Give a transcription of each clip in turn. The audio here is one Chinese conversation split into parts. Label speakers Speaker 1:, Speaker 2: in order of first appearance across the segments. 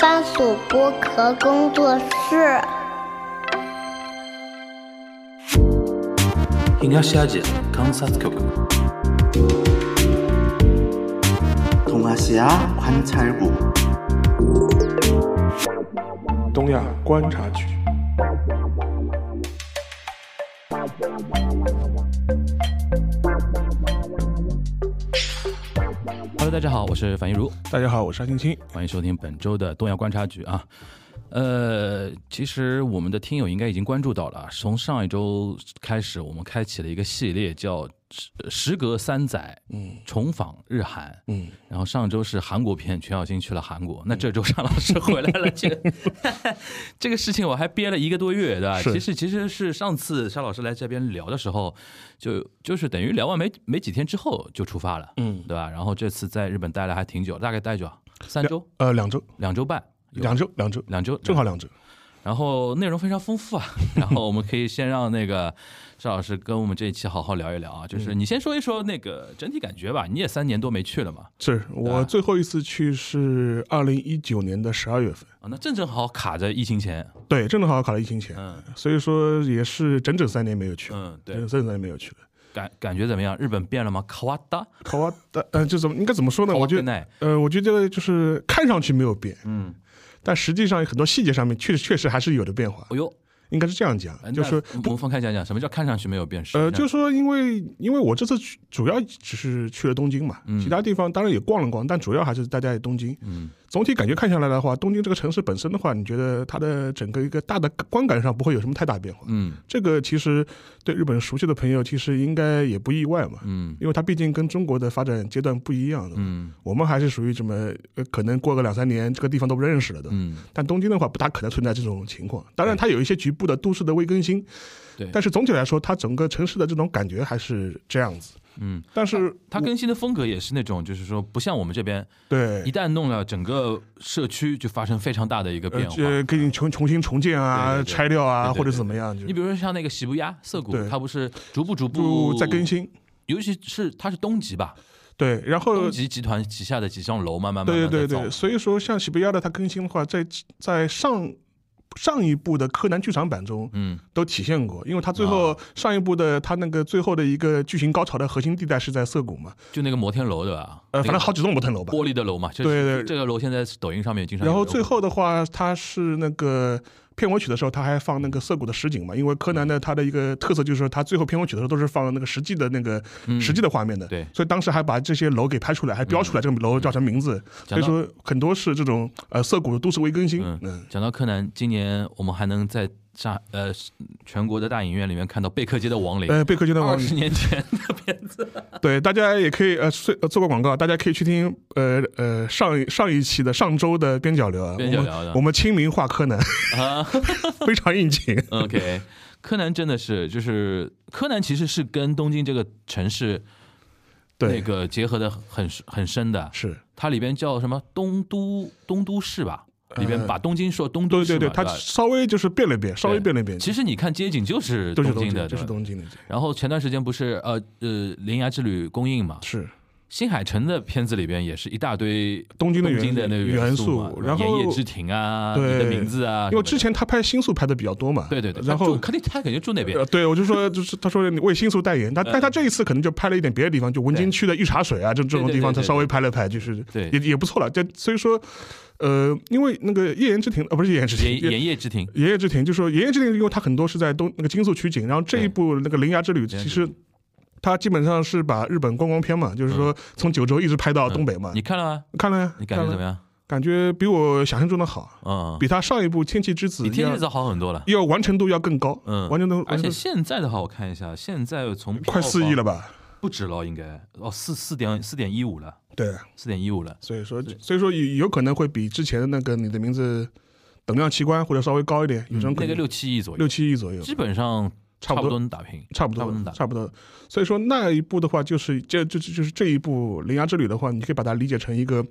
Speaker 1: 番薯剥壳工作室。
Speaker 2: 東アジア観察局
Speaker 3: 동아시아 관찰국
Speaker 4: 东亚观察局。
Speaker 5: Hello，大家好，我是樊一茹，
Speaker 4: 大家好，我是阿青青。
Speaker 5: 欢迎收听本周的东亚观察局啊。呃，其实我们的听友应该已经关注到了啊，从上一周开始，我们开启了一个系列叫时“时隔三载，嗯，重访日韩”，嗯，然后上周是韩国片，全小新去了韩国，那这周尚老师回来了，这 个 这个事情我还憋了一个多月，对吧？
Speaker 4: 是
Speaker 5: 其实其实是上次沙老师来这边聊的时候，就就是等于聊完没没几天之后就出发了，嗯，对吧？然后这次在日本待了还挺久，大概待多久啊？三周，
Speaker 4: 呃，两周，
Speaker 5: 两周半，有
Speaker 4: 两周，两周，
Speaker 5: 两周
Speaker 4: 正好两周。
Speaker 5: 然后内容非常丰 富啊，然后我们可以先让那个邵老师跟我们这一期好好聊一聊啊，就是
Speaker 4: 嗯
Speaker 5: 你先说一说那个整体感觉吧，你也三年多没去了嘛，
Speaker 4: 是我最后一次去是二零一九年的十二月份，
Speaker 5: 啊，那正正好卡着疫情前，
Speaker 4: 对，正好卡了疫情前，
Speaker 5: 嗯
Speaker 4: 所以说也是整整三年没有去了，
Speaker 5: 嗯，
Speaker 4: 整
Speaker 5: 对
Speaker 4: 整，三年没有去了。
Speaker 5: 感感觉怎么样？日本变了吗？卡哇达，
Speaker 4: 好啊，但呃，就怎么应该怎么说呢？我觉得，
Speaker 5: 奈，
Speaker 4: 呃，我觉得就是看上去没有变，
Speaker 5: 嗯，
Speaker 4: 但实际上很多细节上面确实确实还是有的变化，
Speaker 5: 哎呦，
Speaker 4: 应该是这样讲
Speaker 5: 哎，
Speaker 4: 嗯就是
Speaker 5: 那我们分开讲讲，什么叫看上去没有变实际
Speaker 4: 呃，
Speaker 5: 上？
Speaker 4: 就是说，因为因为我这次去主要只是去了东京嘛，其他地方当然也逛了逛，但主要还是待在东京。
Speaker 5: 嗯，
Speaker 4: 总体感觉看下来的话，东京这个城市本身的话，你觉得它的整个一个大的观感上不会有什么太大变化。
Speaker 5: 嗯
Speaker 4: 这个其实对日本熟悉的朋友其实应该也不意外嘛，
Speaker 5: 嗯
Speaker 4: 因为它毕竟跟中国的发展阶段不一样的嘛。
Speaker 5: 嗯
Speaker 4: 我们还是属于什么，呃可能过个两三年，这个地方都不认识了的。
Speaker 5: 嗯，
Speaker 4: 但东京的话，不大可能存在这种情况。当然，它有一些局部的都市的未更新，
Speaker 5: 对
Speaker 4: 但是总体来说，它整个城市的这种感觉还是这样子。
Speaker 5: 嗯，
Speaker 4: 但是
Speaker 5: 它更新的风格也是那种，就是说不像我们这边一
Speaker 4: 对，
Speaker 5: 旦弄了，整个社区就发生非常大的一个
Speaker 4: 呃
Speaker 5: 变，化。
Speaker 4: 这给你重重新重建啊、
Speaker 5: 对对对
Speaker 4: 拆掉啊，
Speaker 5: 对对对
Speaker 4: 或者怎么样，就
Speaker 5: 你比如说像那个喜不压涩谷
Speaker 4: 对，
Speaker 5: 它不是逐步逐步
Speaker 4: 不再更，新。
Speaker 5: 尤其是它是东极吧，
Speaker 4: 对，然后
Speaker 5: 东极集团旗下的几幢楼慢慢慢
Speaker 4: 呃对
Speaker 5: 慢
Speaker 4: 对对
Speaker 5: 在造
Speaker 4: 对，所以说像喜贝亚的它更新的话，在在上。上一部的柯南剧场版中
Speaker 5: 嗯啊
Speaker 4: 都体现过，因为它最后上一部的它那个最后的一个剧情高潮的核心地带是在涩谷嘛，
Speaker 5: 就那个摩天楼对吧？
Speaker 4: 呃，
Speaker 5: 那
Speaker 4: 反
Speaker 5: 个
Speaker 4: 正好几栋摩天楼吧，
Speaker 5: 玻璃的楼嘛，就是
Speaker 4: 对对
Speaker 5: 这个楼现在抖音上面经常有
Speaker 4: 然后
Speaker 5: 人
Speaker 4: 最后的话，他是那个片尾曲的时候，他还放那个涩谷的实景嘛，因为柯南
Speaker 5: 嗯
Speaker 4: 呢，他的一个特色就是说，他最后片尾曲的时候都是放那个实际的那个、
Speaker 5: 嗯
Speaker 4: 实际的画面的，
Speaker 5: 对
Speaker 4: 所以当时还把这些楼给拍出来，还标出来这个楼叫什么名字，所
Speaker 5: 讲
Speaker 4: 以
Speaker 5: 到
Speaker 4: 说很多是这种呃涩谷的都市微更新，
Speaker 5: 嗯
Speaker 4: 嗯。
Speaker 5: 讲到柯南，今年我们还能在上呃全国的大影院里面看到贝克街的亡灵，
Speaker 4: 呃，贝克街的
Speaker 5: 二
Speaker 4: 网
Speaker 5: 十年前的片子，
Speaker 4: 对大家也可以呃，做呃做个广告，大家可以去听呃呃上一上一期的上周的边角流啊，
Speaker 5: 边角聊
Speaker 4: 我
Speaker 5: 的
Speaker 4: 们我们清明画柯南，
Speaker 5: 啊。
Speaker 4: 非常应景。
Speaker 5: OK，柯 南真的是，就是柯南其实是跟东京这个城市
Speaker 4: 对，
Speaker 5: 那个结合的很很深的。
Speaker 4: 是
Speaker 5: 它里边叫什么东都东都市吧，里边
Speaker 4: 呃
Speaker 5: 把东京说东都
Speaker 4: 对
Speaker 5: 市
Speaker 4: 对
Speaker 5: 嘛，
Speaker 4: 对，
Speaker 5: 吧
Speaker 4: 他稍微就是变了变，稍微
Speaker 5: 对
Speaker 4: 变了变。
Speaker 5: 其实你看街景就是
Speaker 4: 都是
Speaker 5: 东
Speaker 4: 东
Speaker 5: 京的，
Speaker 4: 就
Speaker 5: 对
Speaker 4: 是
Speaker 5: 吧？
Speaker 4: 东京的，
Speaker 5: 然后前段时间不是呃呃《铃芽之旅》公映嘛，
Speaker 4: 是
Speaker 5: 新海诚的片子里边也是一大堆
Speaker 4: 东京的
Speaker 5: 东
Speaker 4: 原
Speaker 5: 京的那个
Speaker 4: 元
Speaker 5: 素嘛，
Speaker 4: 素。然
Speaker 5: 岩野
Speaker 4: 后
Speaker 5: 之庭啊，你
Speaker 4: 对
Speaker 5: 的名字啊什么的，
Speaker 4: 因为之前他拍新宿拍的比较多嘛，
Speaker 5: 对对对，
Speaker 4: 然
Speaker 5: 他住
Speaker 4: 后。
Speaker 5: 肯定他肯定住那 边
Speaker 4: 呃，，对，我就说，就是他说你为新宿代言，他
Speaker 5: 嗯
Speaker 4: 但他这一次可能就拍了一点别的地方，就文京区的御茶水啊，这这种地方，他
Speaker 5: 对对对对
Speaker 4: 稍微拍了拍，就是
Speaker 5: 对
Speaker 4: 也也不错了。这所以说，呃，因为那个夜岩之庭，呃，不是夜岩之庭，
Speaker 5: 岩岩野之庭，
Speaker 4: 爷爷之庭，就说爷爷之庭，因为它很多是在东那个京速取景，然后这一部那个《铃芽之旅》
Speaker 5: 芽之
Speaker 4: 其实。它基本上是把日本观光片嘛，就是说从九州一直拍到东北嘛。
Speaker 5: 嗯你看了吗？
Speaker 4: 看了呀？
Speaker 5: 你感觉
Speaker 4: 看了
Speaker 5: 怎么样？
Speaker 4: 感觉比我想象中的好，
Speaker 5: 嗯，
Speaker 4: 比他上一部《天气之子
Speaker 5: 比》天
Speaker 4: 要
Speaker 5: 气子好很多了。
Speaker 4: 要完成度要更高，
Speaker 5: 嗯
Speaker 4: 完成度
Speaker 5: 而
Speaker 4: 完成
Speaker 5: 且
Speaker 4: 度
Speaker 5: 现在的话，我看一下，现在从
Speaker 4: 快四亿
Speaker 5: 了。
Speaker 4: 了吧？
Speaker 5: 不止了，应该哦，四四点四点一五了，
Speaker 4: 对，
Speaker 5: 四点一五了。
Speaker 4: 所以说所以说有有可能会比之前的那个你的名字等量齐观或者稍微高一点，有这种可
Speaker 5: 那个
Speaker 4: 能
Speaker 5: 嗯六七亿左右，
Speaker 4: 六七亿左右。
Speaker 5: 基本上
Speaker 4: 差不多
Speaker 5: 能打平，
Speaker 4: 差不
Speaker 5: 差不多能
Speaker 4: 多，
Speaker 5: 打平
Speaker 4: 差不多。所以说那一部的话，就是这这这就是这一部《铃芽之旅》的话，你可以把它理解成一个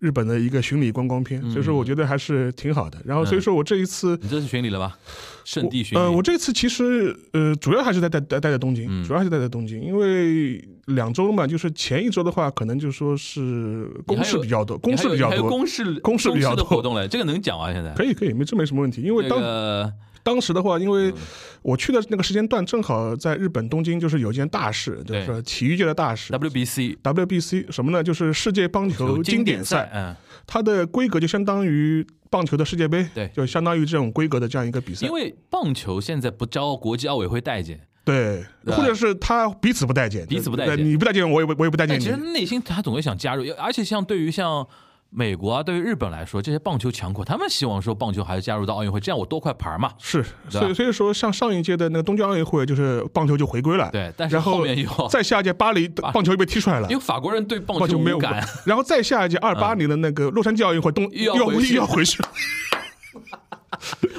Speaker 4: 日本的一个巡礼观光
Speaker 5: 嗯
Speaker 4: 片。所以说，我觉得还是挺好的。然后，所以说我这一次，
Speaker 5: 你这是巡礼了吧？圣
Speaker 4: 我
Speaker 5: 地巡礼，
Speaker 4: 呃，我这次其实呃，主要还是在待待待在东京，
Speaker 5: 嗯
Speaker 4: 主要还是待在东京，因为两周嘛，就是前一周的话，可能就说是公事比较多，
Speaker 5: 你
Speaker 4: 公
Speaker 5: 还
Speaker 4: 事
Speaker 5: 有
Speaker 4: 比较
Speaker 5: 还有
Speaker 4: 多，
Speaker 5: 公事
Speaker 4: 公事比较
Speaker 5: 的
Speaker 4: 多
Speaker 5: 活动嘞，这个能讲啊？现在
Speaker 4: 可以可以，没这没什么问题。因为
Speaker 5: 这
Speaker 4: 当
Speaker 5: 个嗯
Speaker 4: 当时的话，因为我去的那个时间段正好在日本东京，就是有一件大事，就
Speaker 5: 对
Speaker 4: 是体育界的大事。
Speaker 5: WBC
Speaker 4: WBC 什么呢？就是世界棒球
Speaker 5: 有
Speaker 4: 经
Speaker 5: 经
Speaker 4: 典
Speaker 5: 赛
Speaker 4: 赛，，
Speaker 5: 嗯，
Speaker 4: 它的规格就相当于棒球的世界杯，
Speaker 5: 对
Speaker 4: 就相当于这种规格的这样一个比赛
Speaker 5: 因。为棒球现在不招国际奥委会待见，
Speaker 4: 对，
Speaker 5: 对
Speaker 4: 或者是他彼此不待见，
Speaker 5: 彼此不待见
Speaker 4: 对你不待见我，也不我也不待见
Speaker 5: 但其实
Speaker 4: 你。
Speaker 5: 内心他总会想加入，而且像对于像。美国啊，对于日本来说，这些棒球强国，他们希望说棒球还是加入到奥运会，这样我多块牌嘛。
Speaker 4: 是，
Speaker 5: 对吧
Speaker 4: 所以所以说，像上一届的那个东京奥运会，就是棒球就回归了，
Speaker 5: 对但是
Speaker 4: 然
Speaker 5: 后面又
Speaker 4: 再下一届巴黎
Speaker 5: 巴
Speaker 4: 棒球又被踢出来了
Speaker 5: 因，为法国人对棒
Speaker 4: 棒球
Speaker 5: 球
Speaker 4: 没
Speaker 5: 无
Speaker 4: 有
Speaker 5: 感，，
Speaker 4: 然后再下一届二八年的那个洛杉矶奥运会东
Speaker 5: 嗯又要
Speaker 4: 又
Speaker 5: 回去
Speaker 4: 又要回 去了，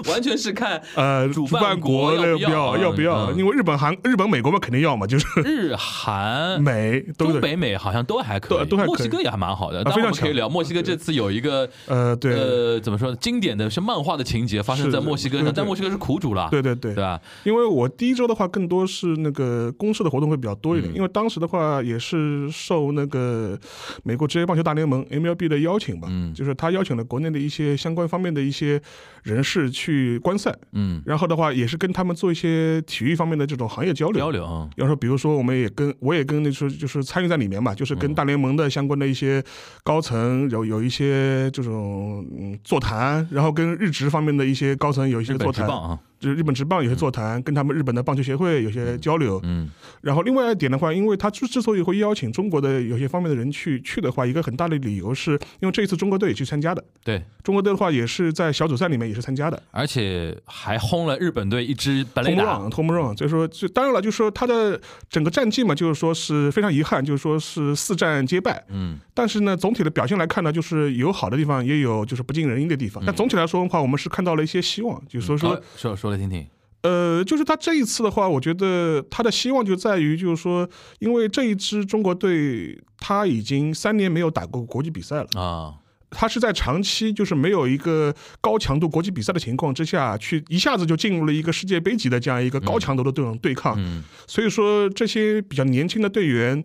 Speaker 5: 完全是看
Speaker 4: 呃，
Speaker 5: 主
Speaker 4: 主
Speaker 5: 办
Speaker 4: 办
Speaker 5: 国
Speaker 4: 国
Speaker 5: 要
Speaker 4: 的
Speaker 5: 不
Speaker 4: 不
Speaker 5: 要
Speaker 4: 要要不要？
Speaker 5: 嗯
Speaker 4: 因为日本、韩、日本、美国嘛，肯定要嘛，就是
Speaker 5: 日韩、
Speaker 4: 美都
Speaker 5: 中
Speaker 4: 得
Speaker 5: 嗯北美好像都还可以，
Speaker 4: 都都还可以
Speaker 5: 墨西哥也还蛮好的。
Speaker 4: 啊
Speaker 5: 当然我
Speaker 4: 非常
Speaker 5: 们可以
Speaker 4: 强
Speaker 5: 聊墨西哥这次有一个
Speaker 4: 呃，对，
Speaker 5: 呃怎么说呢经典的是漫画的情节发生
Speaker 4: 是
Speaker 5: 在
Speaker 4: 的
Speaker 5: 墨西哥
Speaker 4: 对
Speaker 5: 上，
Speaker 4: 对
Speaker 5: 但墨西哥是苦主了，
Speaker 4: 对对对
Speaker 5: 对吧？
Speaker 4: 因为我第一周的话，更多是那个公示的活动会比较多一
Speaker 5: 嗯
Speaker 4: 点，因为当时的话也是受那个美国职业棒球大联盟 MLB 的邀请吧，
Speaker 5: 嗯
Speaker 4: 就是他邀请了国内的一些相关方面的一些人士去观赛，
Speaker 5: 嗯，
Speaker 4: 然后的话也是跟他们做一些体育方面的这种行业交流。
Speaker 5: 交流啊，
Speaker 4: 要说，比如说，我们也跟我也跟那时候就是参与在里面
Speaker 5: 嗯
Speaker 4: 嘛，就是跟大联盟的相关的一些高层有有一些这种嗯座谈，然后跟日职方面的一些高层有一些
Speaker 5: 日
Speaker 4: 座
Speaker 5: 本职
Speaker 4: 谈，
Speaker 5: 棒啊，
Speaker 4: 就是日本职棒有些座谈，跟他们日本的棒球协会有些交流。
Speaker 5: 嗯
Speaker 4: 然后另外一点的话，因为他之之所以会邀请中国的有些方面的人去去的话，一个很大的理由是因为这一次中国队也去参加的，
Speaker 5: 对，
Speaker 4: 中国队的话也是在小组赛里面也是参加的。
Speaker 5: 而且还轰了日本队一支本垒
Speaker 4: Home
Speaker 5: 打，
Speaker 4: run, home run，所以说，就当然了，就是说他的整个战绩嘛，就是说是非常遗憾，就是说是四战皆败。
Speaker 5: 嗯，
Speaker 4: 但是呢，总体的表现来看呢，就是有好的地方，也有就是不尽人意的地方。但总体来说的话，我们是看到了一些希望，就所以说
Speaker 5: 啊说说来听听，
Speaker 4: 呃，就是他这一次的话，我觉得他的希望就在于，就是说，因为这一支中国队他已经三年没有打过国际比赛了，
Speaker 5: 啊，
Speaker 4: 他是在长期就是没有一个高强度国际比赛的情况之下去，一下子就进入了一个世界杯级的这样一个高强度的这种对抗，
Speaker 5: 嗯
Speaker 4: 所以说这些比较年轻的队员。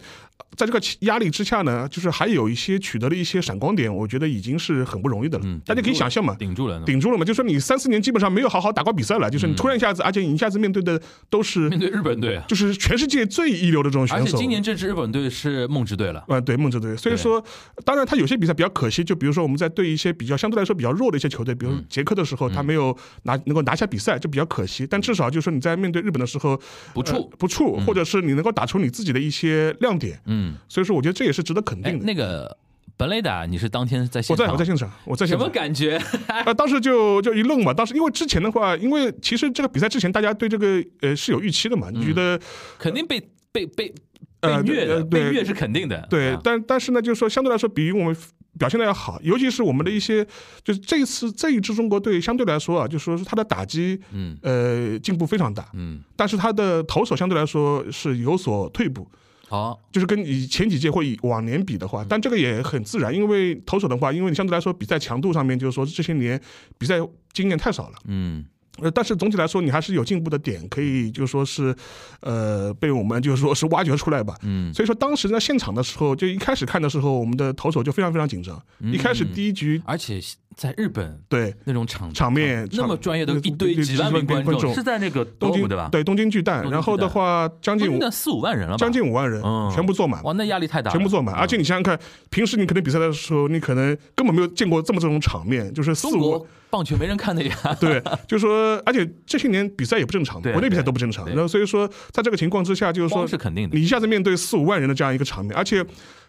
Speaker 4: 在这个压力之下呢，就是还有一些取得了一些闪光点，我觉得已经是很不容易的了。
Speaker 5: 嗯
Speaker 4: 大家可以想象嘛，
Speaker 5: 顶住了呢，
Speaker 4: 顶住了嘛，就说你三四年基本上没有好好打过比赛了，就是你突然一下子，而且你一下子面对的都是
Speaker 5: 面对日本队啊，
Speaker 4: 就是全世界最一流的这种选
Speaker 5: 而且
Speaker 4: 手。
Speaker 5: 今年这支日本队是梦之队了，
Speaker 4: 啊、对梦之队，所以说，当然他有些比赛比较可惜，就比如说我们在对一些比较相对来说比较弱的一些球队，比如
Speaker 5: 嗯
Speaker 4: 捷克的时候，他没有拿能够拿下比赛，就比较可惜。但至少就是你在面对日本的时候，
Speaker 5: 不
Speaker 4: 呃
Speaker 5: 怵，
Speaker 4: 不怵，或者是你能够打出你自己的一些亮点，
Speaker 5: 嗯，
Speaker 4: 所以说我觉得这也是值得肯
Speaker 5: 哎，
Speaker 4: 定的。
Speaker 5: 那个本垒打你是当天在
Speaker 4: 我
Speaker 5: 现
Speaker 4: 在
Speaker 5: 场，
Speaker 4: 我在现场，我在现
Speaker 5: 什
Speaker 4: 场
Speaker 5: 么。感觉？
Speaker 4: 啊，当时就就一愣嘛。当时因为之前的话，因为其实这个比赛之前大家对这个呃是有预期的嘛，你觉得、
Speaker 5: 嗯肯定被被被被
Speaker 4: 呃
Speaker 5: 虐的，
Speaker 4: 呃对
Speaker 5: 被虐是肯定的。
Speaker 4: 对
Speaker 5: 啊，
Speaker 4: 但但是呢，就是说相对来说比我们表现的要好，尤其是我们的一些就是这一次这一支中国队相对来说啊，就说是他的打击
Speaker 5: 嗯
Speaker 4: 呃进步非常大，
Speaker 5: 嗯，
Speaker 4: 但是他的投手相对来说是有所退步。
Speaker 5: 好，
Speaker 4: 就是跟以前几届或以往年比的
Speaker 5: 嗯
Speaker 4: 话，但这个也很自然，因为投手的话，因为你相对来说比赛强度上面，就是说这些年比赛经验太少了，
Speaker 5: 嗯，
Speaker 4: 呃，但是总体来说，你还是有进步的点，可以就是说是，呃，被我们就是说是挖掘出来吧。
Speaker 5: 嗯，
Speaker 4: 所以说当时在现场的时候，就一开始看的时候，我们的投手就非常非常紧张。
Speaker 5: 嗯
Speaker 4: 一开始第一局，
Speaker 5: 而且在日本
Speaker 4: 对
Speaker 5: 那种场
Speaker 4: 场面
Speaker 5: 啊那么专业的
Speaker 4: 场
Speaker 5: 一堆
Speaker 4: 对
Speaker 5: 几万名观
Speaker 4: 几万名观
Speaker 5: 众
Speaker 4: 众
Speaker 5: 是在那个
Speaker 4: 东
Speaker 5: 东
Speaker 4: 京
Speaker 5: 京对吧？，哦
Speaker 4: 对东京巨蛋
Speaker 5: 东京巨，蛋
Speaker 4: 然后的话将近
Speaker 5: 东京
Speaker 4: 五
Speaker 5: 的四五万人了吧？
Speaker 4: 将近五万人
Speaker 5: 嗯，
Speaker 4: 全部坐满。
Speaker 5: 哇，那压力太大了，嗯
Speaker 4: 全部坐满，而且你想想看，平时你可能比赛的时候，你可能根本没有见过这么这种场面，就是四
Speaker 5: 中
Speaker 4: 五
Speaker 5: 国棒球没人看的呀。
Speaker 4: 对，就是说，而且这些年比赛也不正常，
Speaker 5: 对啊
Speaker 4: 国内比赛都不正常。
Speaker 5: 对啊
Speaker 4: 然后所以说，在这个情况之下，就是说
Speaker 5: 光是肯定的
Speaker 4: 你一下子面对四五万人的这样一个场面，而且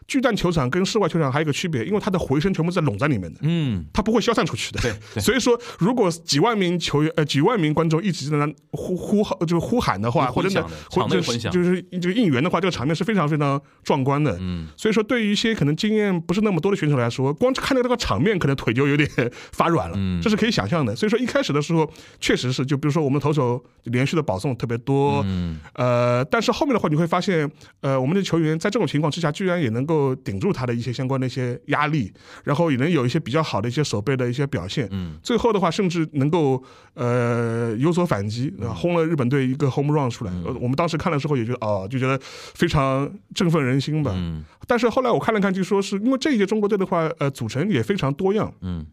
Speaker 4: 巨蛋球场跟室外球场还有一个区别，因为它的回声全部在笼在里面的，
Speaker 5: 嗯，
Speaker 4: 它不会消散出去的。 所以说，如果几万名球员呃几万名观众一直在那呼呼号就是呼喊的话，
Speaker 5: 混
Speaker 4: 或者
Speaker 5: 响
Speaker 4: 呢
Speaker 5: 的
Speaker 4: 或
Speaker 5: 场内
Speaker 4: 者
Speaker 5: 混
Speaker 4: 是
Speaker 5: 响
Speaker 4: 就是这个应援的话，这个场面是非常非常壮观的。嗯，所以说对于一些可能经验不是那么多的选手来说，光看到这个场面，可能腿就有点 发软了。嗯，这是可以想象的。所以说一开始的时候，确实是就比如说我们投手连续的保送特别多，嗯，呃，但是后面的话你会发现，呃，我们的球员在这种情况之下，居然也能够顶住他的一些相关的一些压力，然后也能有一些比较好的一些守备的一些表现。嗯，最后的话，甚至能够呃有所反击，啊，轰了日本队一个 home run 出来。呃我们当时看的时候也觉得哦，就觉得非常振奋人心吧。嗯，但是后来我看了看，就说是因为这一届中国队的话，呃，组成也非常多样。
Speaker 5: 嗯，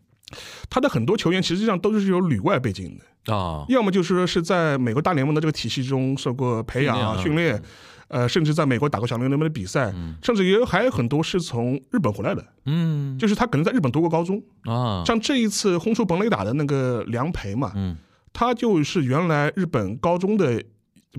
Speaker 4: 他的很多球员其实上都是有旅外背景的。
Speaker 5: 啊，
Speaker 4: 要么就是说是在美国大联盟的这个体系中受过培养啊、
Speaker 5: 训
Speaker 4: 训练，呃，甚至在美国打过小联盟的比赛，甚至也有还有很多是从日本回来的，
Speaker 5: 嗯
Speaker 4: 就是他可能在日本读过高中，
Speaker 5: 啊，
Speaker 4: 像这一次轰出本垒打的那个梁培嘛，
Speaker 5: 嗯
Speaker 4: 他就是原来日本高中的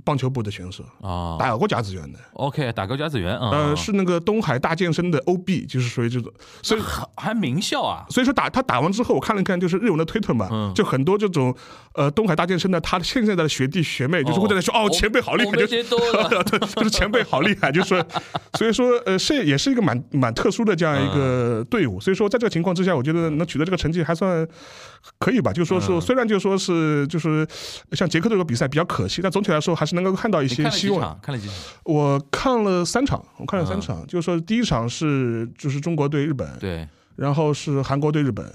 Speaker 4: 棒球部的选手，
Speaker 5: 啊
Speaker 4: 打过甲子园的，
Speaker 5: ，OK，打高甲子园啊，
Speaker 4: 呃，是那个东海大健身的 OB，就是属于这种，所以
Speaker 5: 还还名校啊，
Speaker 4: 所以说打他打完之后，我看了看就是日文的推特嘛，
Speaker 5: 嗯
Speaker 4: 就很多这种呃东海大健身的他现在的学弟学妹， 就是会在那说哦前辈好厉害，
Speaker 5: 就
Speaker 4: 就
Speaker 5: 些
Speaker 4: 是
Speaker 5: 都 了
Speaker 4: 就是前辈好厉害，就是说所以说呃是也是一个蛮蛮特殊的这样一
Speaker 5: 嗯
Speaker 4: 个队伍，所以说在这个情况之下，我觉得能取得这个成绩还算可以吧，就说
Speaker 5: 嗯
Speaker 4: 是虽然就说是就是像捷克这个比赛比较可惜，但总体来说还是能够看到一
Speaker 5: 你看
Speaker 4: 些
Speaker 5: 了几
Speaker 4: 希望。
Speaker 5: 场？看了几场？
Speaker 4: 我看了三场，我看了三场，就是说第一场是就是中国对日本，
Speaker 5: 对。
Speaker 4: 然后是韩国对日本。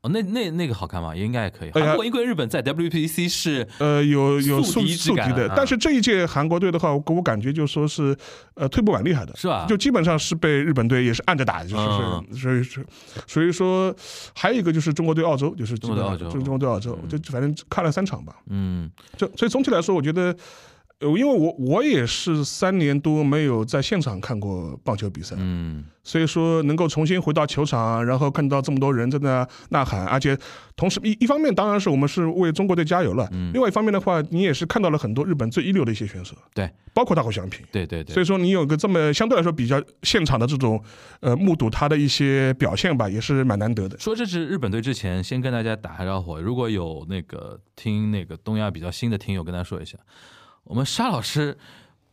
Speaker 5: 哦，那那那个好看吗？也应该也可以。
Speaker 4: 哎呀
Speaker 5: 韩国、英国、日本在 WPC 是
Speaker 4: 呃，有有
Speaker 5: 宿
Speaker 4: 宿
Speaker 5: 敌之
Speaker 4: 宿
Speaker 5: 感
Speaker 4: 敌的
Speaker 5: 啊，
Speaker 4: 但是这一届韩国队的话，我给我感觉就说是，呃，退步蛮厉害的，
Speaker 5: 是吧
Speaker 4: 就基本上是被日本队也是按着打，就是
Speaker 5: 嗯
Speaker 4: 是，所以是，所以说还有一个就是中国队澳洲，就是基
Speaker 5: 中国
Speaker 4: 本上
Speaker 5: 队澳洲
Speaker 4: 就中国队澳洲，就反正看了三场吧，
Speaker 5: 嗯
Speaker 4: 就所以总体来说，我觉得。呃，因为我我也是三年多没有在现场看过棒球比赛，
Speaker 5: 嗯
Speaker 4: 所以说能够重新回到球场，然后看到这么多人在那呐喊，而且同时一一方面当然是我们是为中国队加油了，
Speaker 5: 嗯
Speaker 4: 另外一方面的话，你也是看到了很多日本最一流的一些选手，
Speaker 5: 对，
Speaker 4: 包括大谷翔平。
Speaker 5: 对对
Speaker 4: 所
Speaker 5: 对
Speaker 4: 以说你有个这么相对来说比较现场的这种，呃，目睹他的一些表现吧，也是蛮难得的。
Speaker 5: 说这支日本队之前，先跟大家打个招呼。如果有那个听那个东亚比较新的听友，跟他说一下，我们沙老师，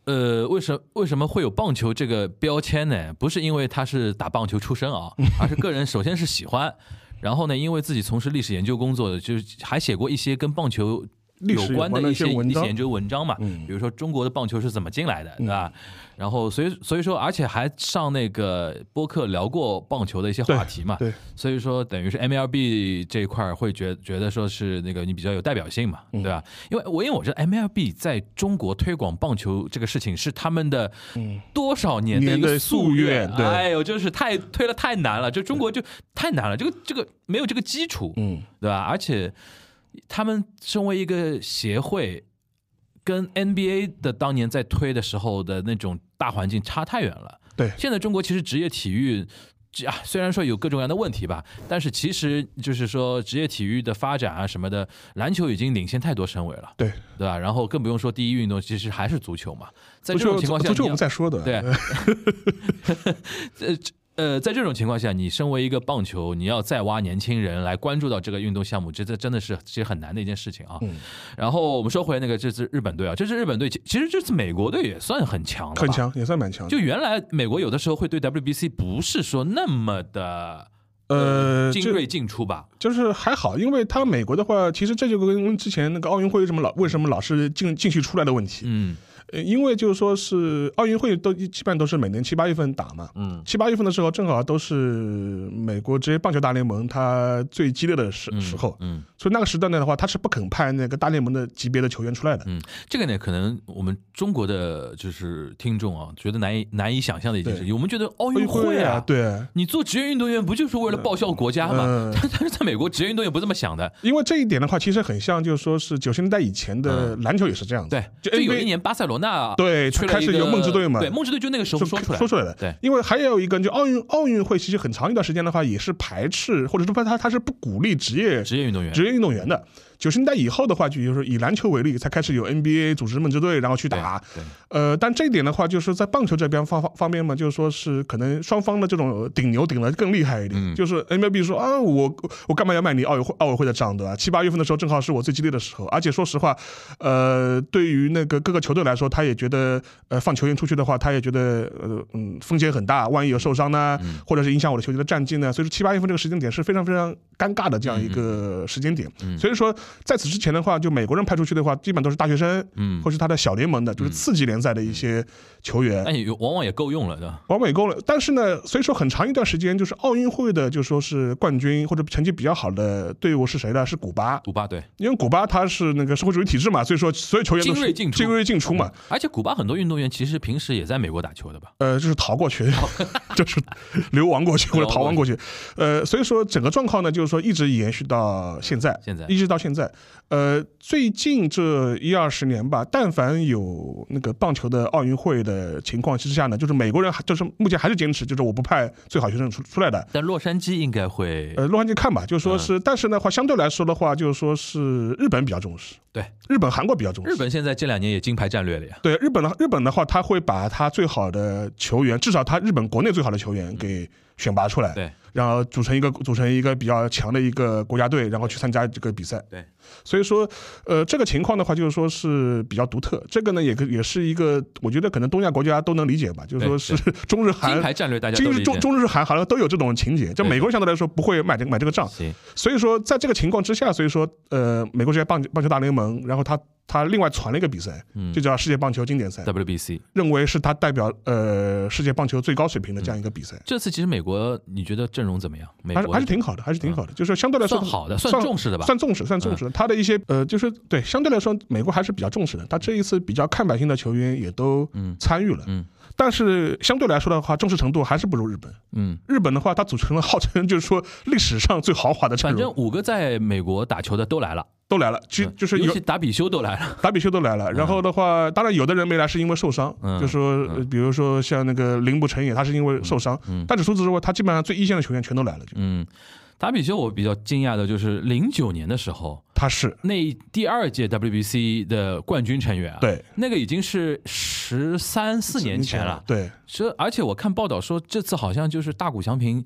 Speaker 5: 呃，为什为什么会有棒球这个标签呢？不是因为他是打棒球出身啊，而是个人首先是喜欢，然后呢，因为自己从事历史研究工作的，就是还写过一些跟棒球。
Speaker 4: 历
Speaker 5: 有
Speaker 4: 史有
Speaker 5: 关
Speaker 4: 关
Speaker 5: 的
Speaker 4: 的
Speaker 5: 一
Speaker 4: 一
Speaker 5: 些
Speaker 4: 些
Speaker 5: 历
Speaker 4: 文
Speaker 5: 史
Speaker 4: 章嗯
Speaker 5: 研究文章嘛，比如说中国的棒球是怎么进来的，对吧？然后所以所以说，而且还上那个播客聊过棒球的一些话题嘛，
Speaker 4: 对，
Speaker 5: 所以说，等于是 MLB 这一块儿会觉觉得说是那个你比较有代表性嘛，对吧？因为我因为我知道 MLB 在中国推广棒球这个事情是他们的多少年的一
Speaker 4: 年的
Speaker 5: 个夙
Speaker 4: 夙
Speaker 5: 愿
Speaker 4: 愿，对
Speaker 5: 哎呦，就是太推了太难了，就中国就太难了，这个这个没有这个基础，
Speaker 4: 嗯，
Speaker 5: 对吧？而且他们身为一个协会，跟 NBA 的当年在推的时候的那种大环境差太远了。
Speaker 4: 对
Speaker 5: 现在中国其实职业体育。啊，虽然说有各种各样的问题吧，但是其实就是说职业体育的发展啊什么的，篮球已经领先太多身位了，
Speaker 4: 对，
Speaker 5: 对吧？然后更不用说第一运动其实还是足球嘛，在
Speaker 4: 足
Speaker 5: 这种
Speaker 4: 球
Speaker 5: 情况下，
Speaker 4: 足球我
Speaker 5: 你
Speaker 4: 们
Speaker 5: 要
Speaker 4: 再说的，
Speaker 5: 对，呃这呃， 在这种情况下，你身为一个棒球，你要再挖年轻人来关注到这个运动项目，这这真的是其实很难的一件事情啊。
Speaker 4: 嗯
Speaker 5: 然后我们说回那个这支日本队啊，这支日本队其其实这次美国队也算很强了，
Speaker 4: 很。强，也算蛮强的。
Speaker 5: 就原来美国有的时候会对 WBC 不是说那么的
Speaker 4: 呃，
Speaker 5: 精
Speaker 4: 这
Speaker 5: 锐进出吧，
Speaker 4: 就是还好，因为他美国的话，其实这就跟之前那个奥运会为什么老为什么老是进进去出来的问题，
Speaker 5: 嗯
Speaker 4: 呃，因为就是说是奥运会都基本上都是每年七八月份打嘛，
Speaker 5: 嗯
Speaker 4: 七八月份的时候正好都是美国职业棒球大联盟它最激烈的时
Speaker 5: 嗯
Speaker 4: 时候，
Speaker 5: 嗯
Speaker 4: 所以那个时段的话，他是不肯派那个大联盟的级别的球员出来的。
Speaker 5: 嗯，这个呢，可能我们中国的就是听众啊，觉得难以难以想象的一件事情，我们觉得奥
Speaker 4: 奥
Speaker 5: 运
Speaker 4: 运
Speaker 5: 会
Speaker 4: 啊，对，
Speaker 5: 你做职业运动员不就是为了报效国家吗
Speaker 4: 嗯？
Speaker 5: 但但是在美国，职业运动员不这么想的。
Speaker 4: 因为这一点的话，其实很像就是说是九十年代以前的篮球也是这样子，
Speaker 5: 嗯
Speaker 4: 就
Speaker 5: 对，就有
Speaker 4: NBA
Speaker 5: 一年巴塞罗那
Speaker 4: 对
Speaker 5: 去了
Speaker 4: 开始
Speaker 5: 一个
Speaker 4: 有梦之队嘛
Speaker 5: 对，梦之队就那个时候
Speaker 4: 就
Speaker 5: 说出来，
Speaker 4: 说出来的。
Speaker 5: 对
Speaker 4: 因为还有一个，就奥运奥运会，其实很长一段时间的话，也是排斥或者说他他是不鼓励职业
Speaker 5: 职业运动员，
Speaker 4: 职业运动员的。九十年代以后的话，就就是以篮球为例，才开始有 NBA 组织梦之队，然后去打。
Speaker 5: 对
Speaker 4: 呃，但这一点的话，就是在棒球这边方方方面嘛，就是说是可能双方的这种顶牛顶的更厉害一点。就是 MLB 说啊，我我干嘛要买你奥运会奥委会的账，对吧？七八月份的时候正好是我最激烈的时候，而且说实话，呃，对于那个各个球队来说，他也觉得呃放球员出去的话，他也觉得呃嗯风险很大，万一有受伤呢，或者是影响我的球队的战绩呢，所以说七八月份这个时间点是非常非常尴尬的这样一个时间点。所以说在此之前的话，就美国人派出去的话，基本都是大学生，
Speaker 5: 嗯
Speaker 4: 或是他的小联盟的，就是次级联赛的一些球员。
Speaker 5: 那也往往也够用了，对吧？
Speaker 4: 往美够了，但是呢，所以说很长一段时间，就是奥运会的，就说是冠军或者成绩比较好的队伍是谁呢？是古巴，
Speaker 5: 古巴对，
Speaker 4: 因为古巴它是那个社会主义体制嘛，所以说所有球员都是
Speaker 5: 精锐进出
Speaker 4: 精锐进出嘛，
Speaker 5: 嗯而且古巴很多运动员其实平时也在美国打球的吧？
Speaker 4: 呃，就是逃过去， 就是流亡过去或者逃亡过去，呃，所以说整个状况呢，就是说一直延续到现在，
Speaker 5: 现在
Speaker 4: 一直到现在，呃，最近这一二十年吧，但凡有那个棒球的奥运会的情况之下呢，就是美国人还就是目前还是坚持，就是我不派最好学生出出来的，
Speaker 5: 但洛杉矶应该会，
Speaker 4: 呃，洛杉矶看吧，就
Speaker 5: 嗯
Speaker 4: 说是，但是呢话相对来说的话，就是说是日本比较重视，
Speaker 5: 对，
Speaker 4: 日本、韩国比较重视。
Speaker 5: 日本现在这两年也金牌战略了呀。
Speaker 4: 对日本的日本的话，他会把他最好的球员，至少他日本国内最好的球员给选拔出来，
Speaker 5: 嗯对，
Speaker 4: 然后组成一个组成一个比较强的一个国家队，然后去参加这个比赛。
Speaker 5: 对，
Speaker 4: 所以说，呃，这个情况的话，就是说是比较独特。这个呢，也可也是一个，我觉得可能东亚国家都能理解吧，就是说
Speaker 5: 对
Speaker 4: 是 中日韩
Speaker 5: 金牌战略大家都
Speaker 4: 今日
Speaker 5: 理解
Speaker 4: 中。中日韩好像都有这种情节，就
Speaker 5: 对
Speaker 4: 美国人相对来说不会买这个买这个账
Speaker 5: 行，
Speaker 4: 所以说在这个情况之下，所以说呃，美国职业棒球棒球大联盟，然后他他另外传了一个比赛，
Speaker 5: 嗯
Speaker 4: 就叫世界棒球经典赛，
Speaker 5: WBC
Speaker 4: 认为是他代表呃世界棒球最高水平的这样一个比赛，
Speaker 5: 这次其实美国，你觉得阵容怎么样？嗯美
Speaker 4: 还是
Speaker 5: 国嗯
Speaker 4: 还是挺好的，还是挺好的，就是相对来说
Speaker 5: 算好的，
Speaker 4: 算
Speaker 5: 算重视的吧？嗯
Speaker 4: 算重视，算重视的。他的一些呃，就是对，相对来说，美国还是比较重视的。他这一次比较看板性的球员也都参与了，
Speaker 5: 嗯
Speaker 4: 但是相对来说的话，重视程度还是不如日本。
Speaker 5: 嗯，
Speaker 4: 日本的话，它组成了号称 就是说历史上最豪华的阵
Speaker 5: 反正
Speaker 4: 容，
Speaker 5: 五个在美国打球的都来了，
Speaker 4: 都来了，就就是
Speaker 5: 嗯尤
Speaker 4: 有
Speaker 5: 其达比修都来了。
Speaker 4: 达比修都来了。然后的话，当然有的人没来是因为受伤，
Speaker 5: 嗯
Speaker 4: 就说呃比如说像那个铃木诚也，他是因为受伤。但只除此之外，他基本上最一线的球员全都来了，就
Speaker 5: 嗯，达比修我比较惊讶的就是零九年的时候，
Speaker 4: 他是
Speaker 5: 那第二届 WBC 的冠军成员啊，
Speaker 4: 对，
Speaker 5: 那个已经是十三四年前了。
Speaker 4: 对。
Speaker 5: 这而且我看报道说，这次好像就是大谷翔平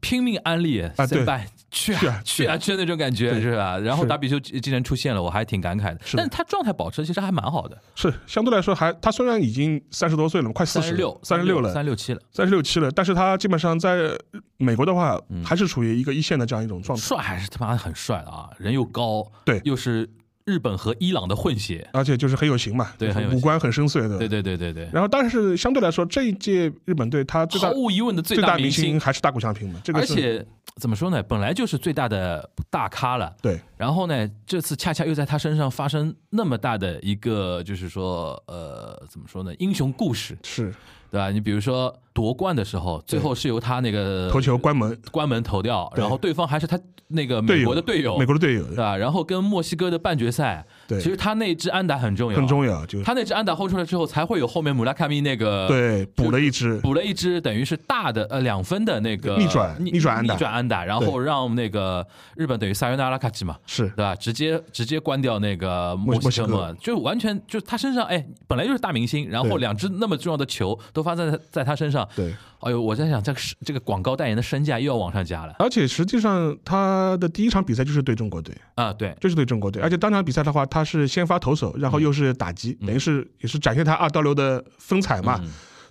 Speaker 5: 拼命安利
Speaker 4: 对
Speaker 5: 三拜去
Speaker 4: 去
Speaker 5: 啊
Speaker 4: 啊
Speaker 5: 去啊去啊那种感觉
Speaker 4: 对
Speaker 5: 是吧？然后
Speaker 4: 是
Speaker 5: 达比修竟竟然出现了，我还挺感慨的。
Speaker 4: 是的
Speaker 5: 但是他状态保持得其实还蛮好的，
Speaker 4: 是相对来说还，他虽然已经三十多岁了嘛，快四
Speaker 5: 三
Speaker 4: 十
Speaker 5: 十六
Speaker 4: 三十六了，
Speaker 5: 三六七了，
Speaker 4: 三十六七了，但是他基本上在美国的话，还是处于一个一线的这样一种状态，
Speaker 5: 帅还嗯是他妈很帅的啊！人又高，
Speaker 4: 对
Speaker 5: 又是日本和伊朗的混血，
Speaker 4: 而且就是很有型嘛，
Speaker 5: 对
Speaker 4: 就是
Speaker 5: 很有型
Speaker 4: 五官很深邃的。
Speaker 5: 对对对对对，
Speaker 4: 然后，但是相对来说，这一届日本队他最
Speaker 5: 毫
Speaker 4: 大
Speaker 5: 无疑问的最
Speaker 4: 最
Speaker 5: 大
Speaker 4: 大
Speaker 5: 明
Speaker 4: 明
Speaker 5: 星
Speaker 4: 星，还是大谷翔平嘛，这个
Speaker 5: 而
Speaker 4: 是
Speaker 5: 且怎么说呢？本来就是最大的大咖了，
Speaker 4: 对
Speaker 5: 然后呢，这次恰恰又在他身上发生那么大的一个，就是说，呃，怎么说呢，英雄故事，
Speaker 4: 是
Speaker 5: 对吧？你比如说夺冠的时候，最后是由他那个
Speaker 4: 头球关门
Speaker 5: 关门投掉，
Speaker 4: 对
Speaker 5: 然后对方还是他那个
Speaker 4: 队
Speaker 5: 美
Speaker 4: 友
Speaker 5: 国的队友，
Speaker 4: 美国的队友
Speaker 5: 对吧？然后跟墨西哥的半决赛，
Speaker 4: 对
Speaker 5: 其实他那支安打很重要，
Speaker 4: 很重要，就
Speaker 5: 他那支安打轰出来之后，才会有后面姆拉卡米那个
Speaker 4: 对呃补了一支，
Speaker 5: 补了一支等于是大的呃两分的那个
Speaker 4: 逆转
Speaker 5: 逆
Speaker 4: 逆转安打
Speaker 5: 逆转安打，然后让那个日本等于萨尤纳拉卡基嘛，
Speaker 4: 是
Speaker 5: 对吧？直接直接关掉那个墨西哥
Speaker 4: 墨
Speaker 5: 嘛，就完全就他身上哎本来就是大明星，然后
Speaker 4: 对
Speaker 5: 两支那么重要的球都发在他在他身上，
Speaker 4: 对。
Speaker 5: 哎呦，我在想这个是这个广告代言的身价又要往上加了
Speaker 4: 而且实际上，他的第一场比赛就是对中国队，
Speaker 5: 啊！对，
Speaker 4: 就是对中国队。而且当场比赛的话，他是先发投手，然后又是打击，嗯等于是也是展现他二刀流的风采嘛。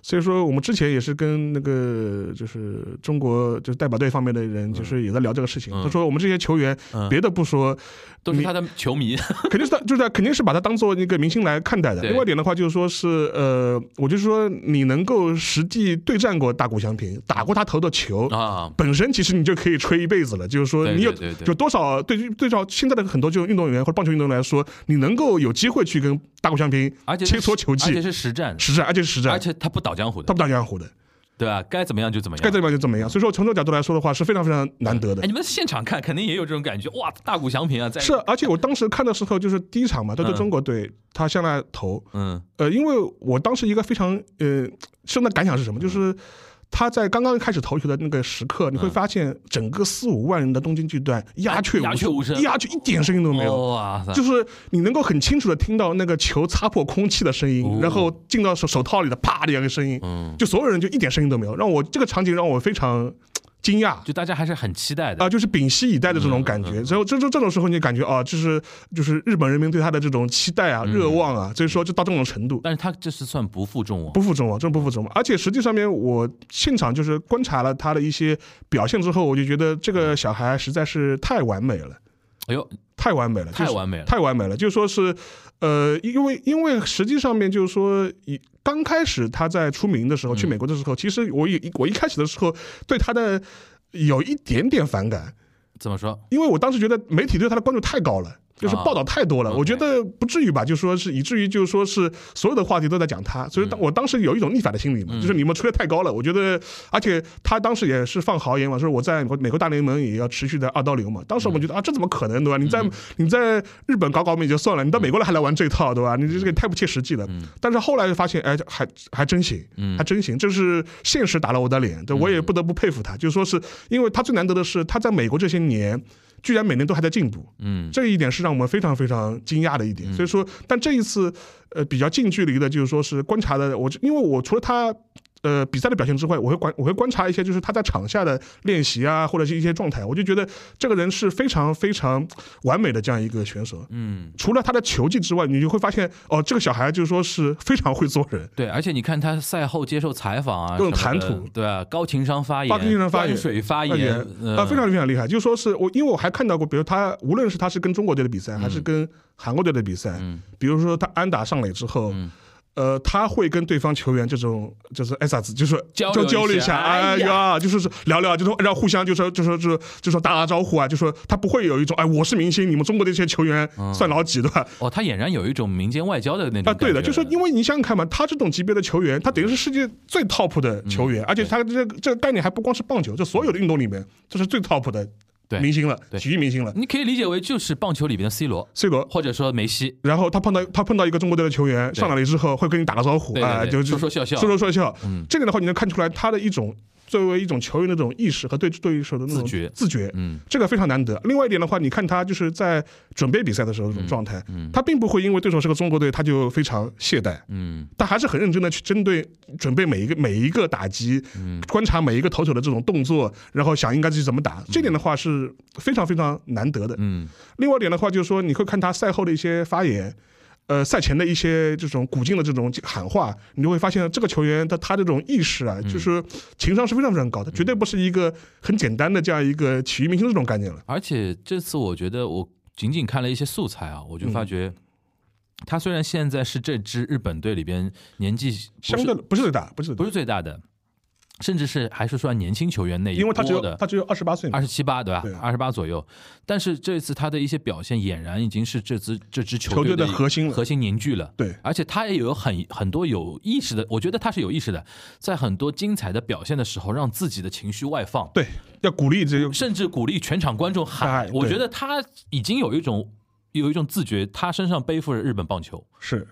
Speaker 4: 所以说，我们之前也是跟那个就是中国就是代表队方面的人，就是也在聊这个事情。他说我们这些球员，别的不说，
Speaker 5: 都是
Speaker 4: 你
Speaker 5: 他的球 迷，
Speaker 4: 肯定是他，就是他肯定是把他当做一个明星来看待的。
Speaker 5: 对
Speaker 4: 另外一点的话，就是说是呃，我就说你能够实际对战过大谷翔平，打过他投的球
Speaker 5: 啊
Speaker 4: 本身其实你就可以吹一辈子了。就是说
Speaker 5: 对
Speaker 4: 你有
Speaker 5: 对对对
Speaker 4: 有多少对对照现在的很多这种运动员或者棒球运动员来说，你能够有机会去跟大谷翔平
Speaker 5: 而且
Speaker 4: 切
Speaker 5: 是
Speaker 4: 磋球
Speaker 5: 而且
Speaker 4: 技，
Speaker 5: 是实战，
Speaker 4: 实战，而且是实
Speaker 5: 而
Speaker 4: 战，
Speaker 5: 且哦他不倒江湖
Speaker 4: 他
Speaker 5: 的，
Speaker 4: 不打江湖的，
Speaker 5: 对吧？该怎么样就怎么样
Speaker 4: 该。怎么样就怎么样。所以说从这个角度来说的话，是非常非常难得的
Speaker 5: 哎，。你们现场看肯定也有这种感觉，哇，大谷翔平啊，在
Speaker 4: 是，而且我当时看的时候，就是第一场嘛，他对
Speaker 5: 嗯
Speaker 4: 中国队，他向来投，
Speaker 5: 嗯
Speaker 4: 呃，因为我当时一个非常呃深的感想是什么？就是他在刚刚开始投球的那个时刻，
Speaker 5: 嗯
Speaker 4: 你会发现整个四五万人的东京地段鸦雀
Speaker 5: 哎鸦雀无声哦
Speaker 4: 鸦雀一点声音都没有。
Speaker 5: 哇塞，
Speaker 4: 就是你能够很清楚的听到那个球擦破空气的声音，
Speaker 5: 哦
Speaker 4: 然后进到手手套里的啪的一个声音，
Speaker 5: 嗯，
Speaker 4: 就所有人就一点声音都没有，让我这个场景让我非常惊讶。
Speaker 5: 就大家还是很期待的
Speaker 4: 啊，就是屏息以待的这
Speaker 5: 嗯
Speaker 4: 种感觉，然后这这这种时候你就感觉啊，就是就是日本人民对他的这种期待
Speaker 5: 嗯
Speaker 4: 啊、热望啊，所以说就到这种程度，
Speaker 5: 但是他这是算不负众望，
Speaker 4: 不负众啊望，真不负众望。而且实际上面，我现场就是观察了他的一些表现之后，我就觉得这
Speaker 5: 嗯
Speaker 4: 个小孩实在是太完美了，
Speaker 5: 哎呦，
Speaker 4: 太完美了，就是
Speaker 5: 太完美了，
Speaker 4: 太完美了，就说是，呃，因为因为实际上面就是说，一刚开始他在出名的
Speaker 5: 嗯
Speaker 4: 时候，去美国的时候，其实我也我一开始的时候对他的有一点点反感，
Speaker 5: 怎么说？
Speaker 4: 因为我当时觉得媒体对他的关注太高了。就是
Speaker 5: 啊
Speaker 4: 报道太多了，
Speaker 5: OK
Speaker 4: 我觉得不至于吧，就说是以至于就是说是所有的话题都在讲他，所以当我当时有一种逆反的心理嘛，就是你们吹得太高了，我觉得，而且他当时也是放豪言嘛，说我在美国美国大联盟也要持续的二刀流嘛，当时我们觉得啊，这怎么可能对吧？你在你在日本搞搞也就算了，你到美国来还来玩这一套对吧？你这个也太不切实际了。但是后来就发现，哎，还还真行，还真行，这是现实打了我的脸，对我也不得不佩服他，就说是因为他最难得的是他在美国这些年。居然每年都还在进步，
Speaker 5: 嗯，
Speaker 4: 这一点是让我们非常非常惊讶的一点。所以说，但这一次，呃，比较近距离的，就是说是观察的，我因为我除了他。呃，比赛的表现之外，我会观我会观察一些，就是他在场下的练习啊，或者是一些状态，我就觉得这个人是非常非常完美的这样一个选手。
Speaker 5: 嗯，
Speaker 4: 除了他的球技之外，你就会发现，哦，这个小孩就是说是非常会做人，
Speaker 5: 对，而且你看他赛后接受采访啊，
Speaker 4: 各种
Speaker 5: 什么的
Speaker 4: 谈吐
Speaker 5: 对啊，高情商发言，
Speaker 4: 高情商发言
Speaker 5: 断水发
Speaker 4: 而且
Speaker 5: 言，
Speaker 4: 啊，
Speaker 5: 呃，
Speaker 4: 非常非常厉害。就说是我，因为我还看到过，比如他无论是他是跟中国队的比赛，还是
Speaker 5: 嗯
Speaker 4: 跟韩国队的比赛，比如说他安打上垒之后。
Speaker 5: 嗯
Speaker 4: 呃，他会跟对方球员这种就是哎啥子，就是
Speaker 5: 交流
Speaker 4: 就
Speaker 5: 一下
Speaker 4: 交流一下，
Speaker 5: 哎
Speaker 4: 哎
Speaker 5: 呀
Speaker 4: 呀，就是是聊聊，就是让互相就说就说就说就说打打招呼啊，就说他不会有一种哎我是明星，你们中国的这些球员
Speaker 5: 嗯
Speaker 4: 算老几对吧？
Speaker 5: 哦，他俨然有一种民间外交的那种
Speaker 4: 啊，对的，
Speaker 5: 感觉
Speaker 4: 就是因为你想想看嘛，他这种级别的球员，他等于是世界最 top 的
Speaker 5: 嗯
Speaker 4: 球员，而且他这个这个概念还不光是棒球，就所有的运动里面，这是最 top 的
Speaker 5: 对
Speaker 4: 明星了，
Speaker 5: 对
Speaker 4: 体育明星了。
Speaker 5: 你可以理解为就是棒球里边的 C 罗，
Speaker 4: C 罗，
Speaker 5: 或者说梅西，
Speaker 4: 然后他碰到他碰到一个中国队的球员上来了之后，会跟你打个招呼
Speaker 5: 对对
Speaker 4: 啊，
Speaker 5: 对
Speaker 4: 就就
Speaker 5: 说说笑嗯笑
Speaker 4: 说说笑笑。这个的话，你能看出来他的一种作为一种球员的这种意识和对对手的那种
Speaker 5: 自觉
Speaker 4: 自觉，
Speaker 5: 嗯，
Speaker 4: 这个非常难得。另外一点的话，你看他就是在准备比赛的时候这
Speaker 5: 嗯
Speaker 4: 种状态，他并不会因为对手是个中国队，他就非常懈怠，
Speaker 5: 嗯，
Speaker 4: 他还是很认真的去针对准备每一个每一个打击，
Speaker 5: 嗯
Speaker 4: 观察每一个投手的这种动作，然后想应该去怎么打，这点的话是非常非常难得的。
Speaker 5: 嗯，
Speaker 4: 另外一点的话，就是说你会看他赛后的一些发言。呃，赛前的一些这种鼓劲的这种喊话，你就会发现这个球员的他这种意识啊，
Speaker 5: 嗯
Speaker 4: 就是情商是非常非常高的，绝对不是一个很简单的这样一个体育明星这种概念了。
Speaker 5: 而且这次我觉得我仅仅看了一些素材啊，我就
Speaker 4: 嗯
Speaker 5: 发觉。他虽然现在是这支日本队里边年纪不是
Speaker 4: 相对不是最大，不是最
Speaker 5: 不
Speaker 4: 大，
Speaker 5: 是最大的，甚至是还是算年轻球员那一
Speaker 4: 因为他只
Speaker 5: 波
Speaker 4: 有
Speaker 5: 的
Speaker 4: 他只有二十八岁嘛
Speaker 5: 二，十七八对吧
Speaker 4: 对？
Speaker 5: 二十八左右。但是这次他的一些表现，俨然已经是这支这支球
Speaker 4: 球队
Speaker 5: 的
Speaker 4: 的核心了
Speaker 5: 核心凝聚了。
Speaker 4: 对
Speaker 5: 而且他也有很很多有意识的，我觉得他是有意识的，在很多精彩的表现的时候，让自己的情绪外放，
Speaker 4: 对，要鼓励这
Speaker 5: 甚至鼓励全场观众喊
Speaker 4: 哎。
Speaker 5: 我
Speaker 4: 对
Speaker 5: 觉得他已经有一种有一种自觉，他身上背负着日本棒球。
Speaker 4: 是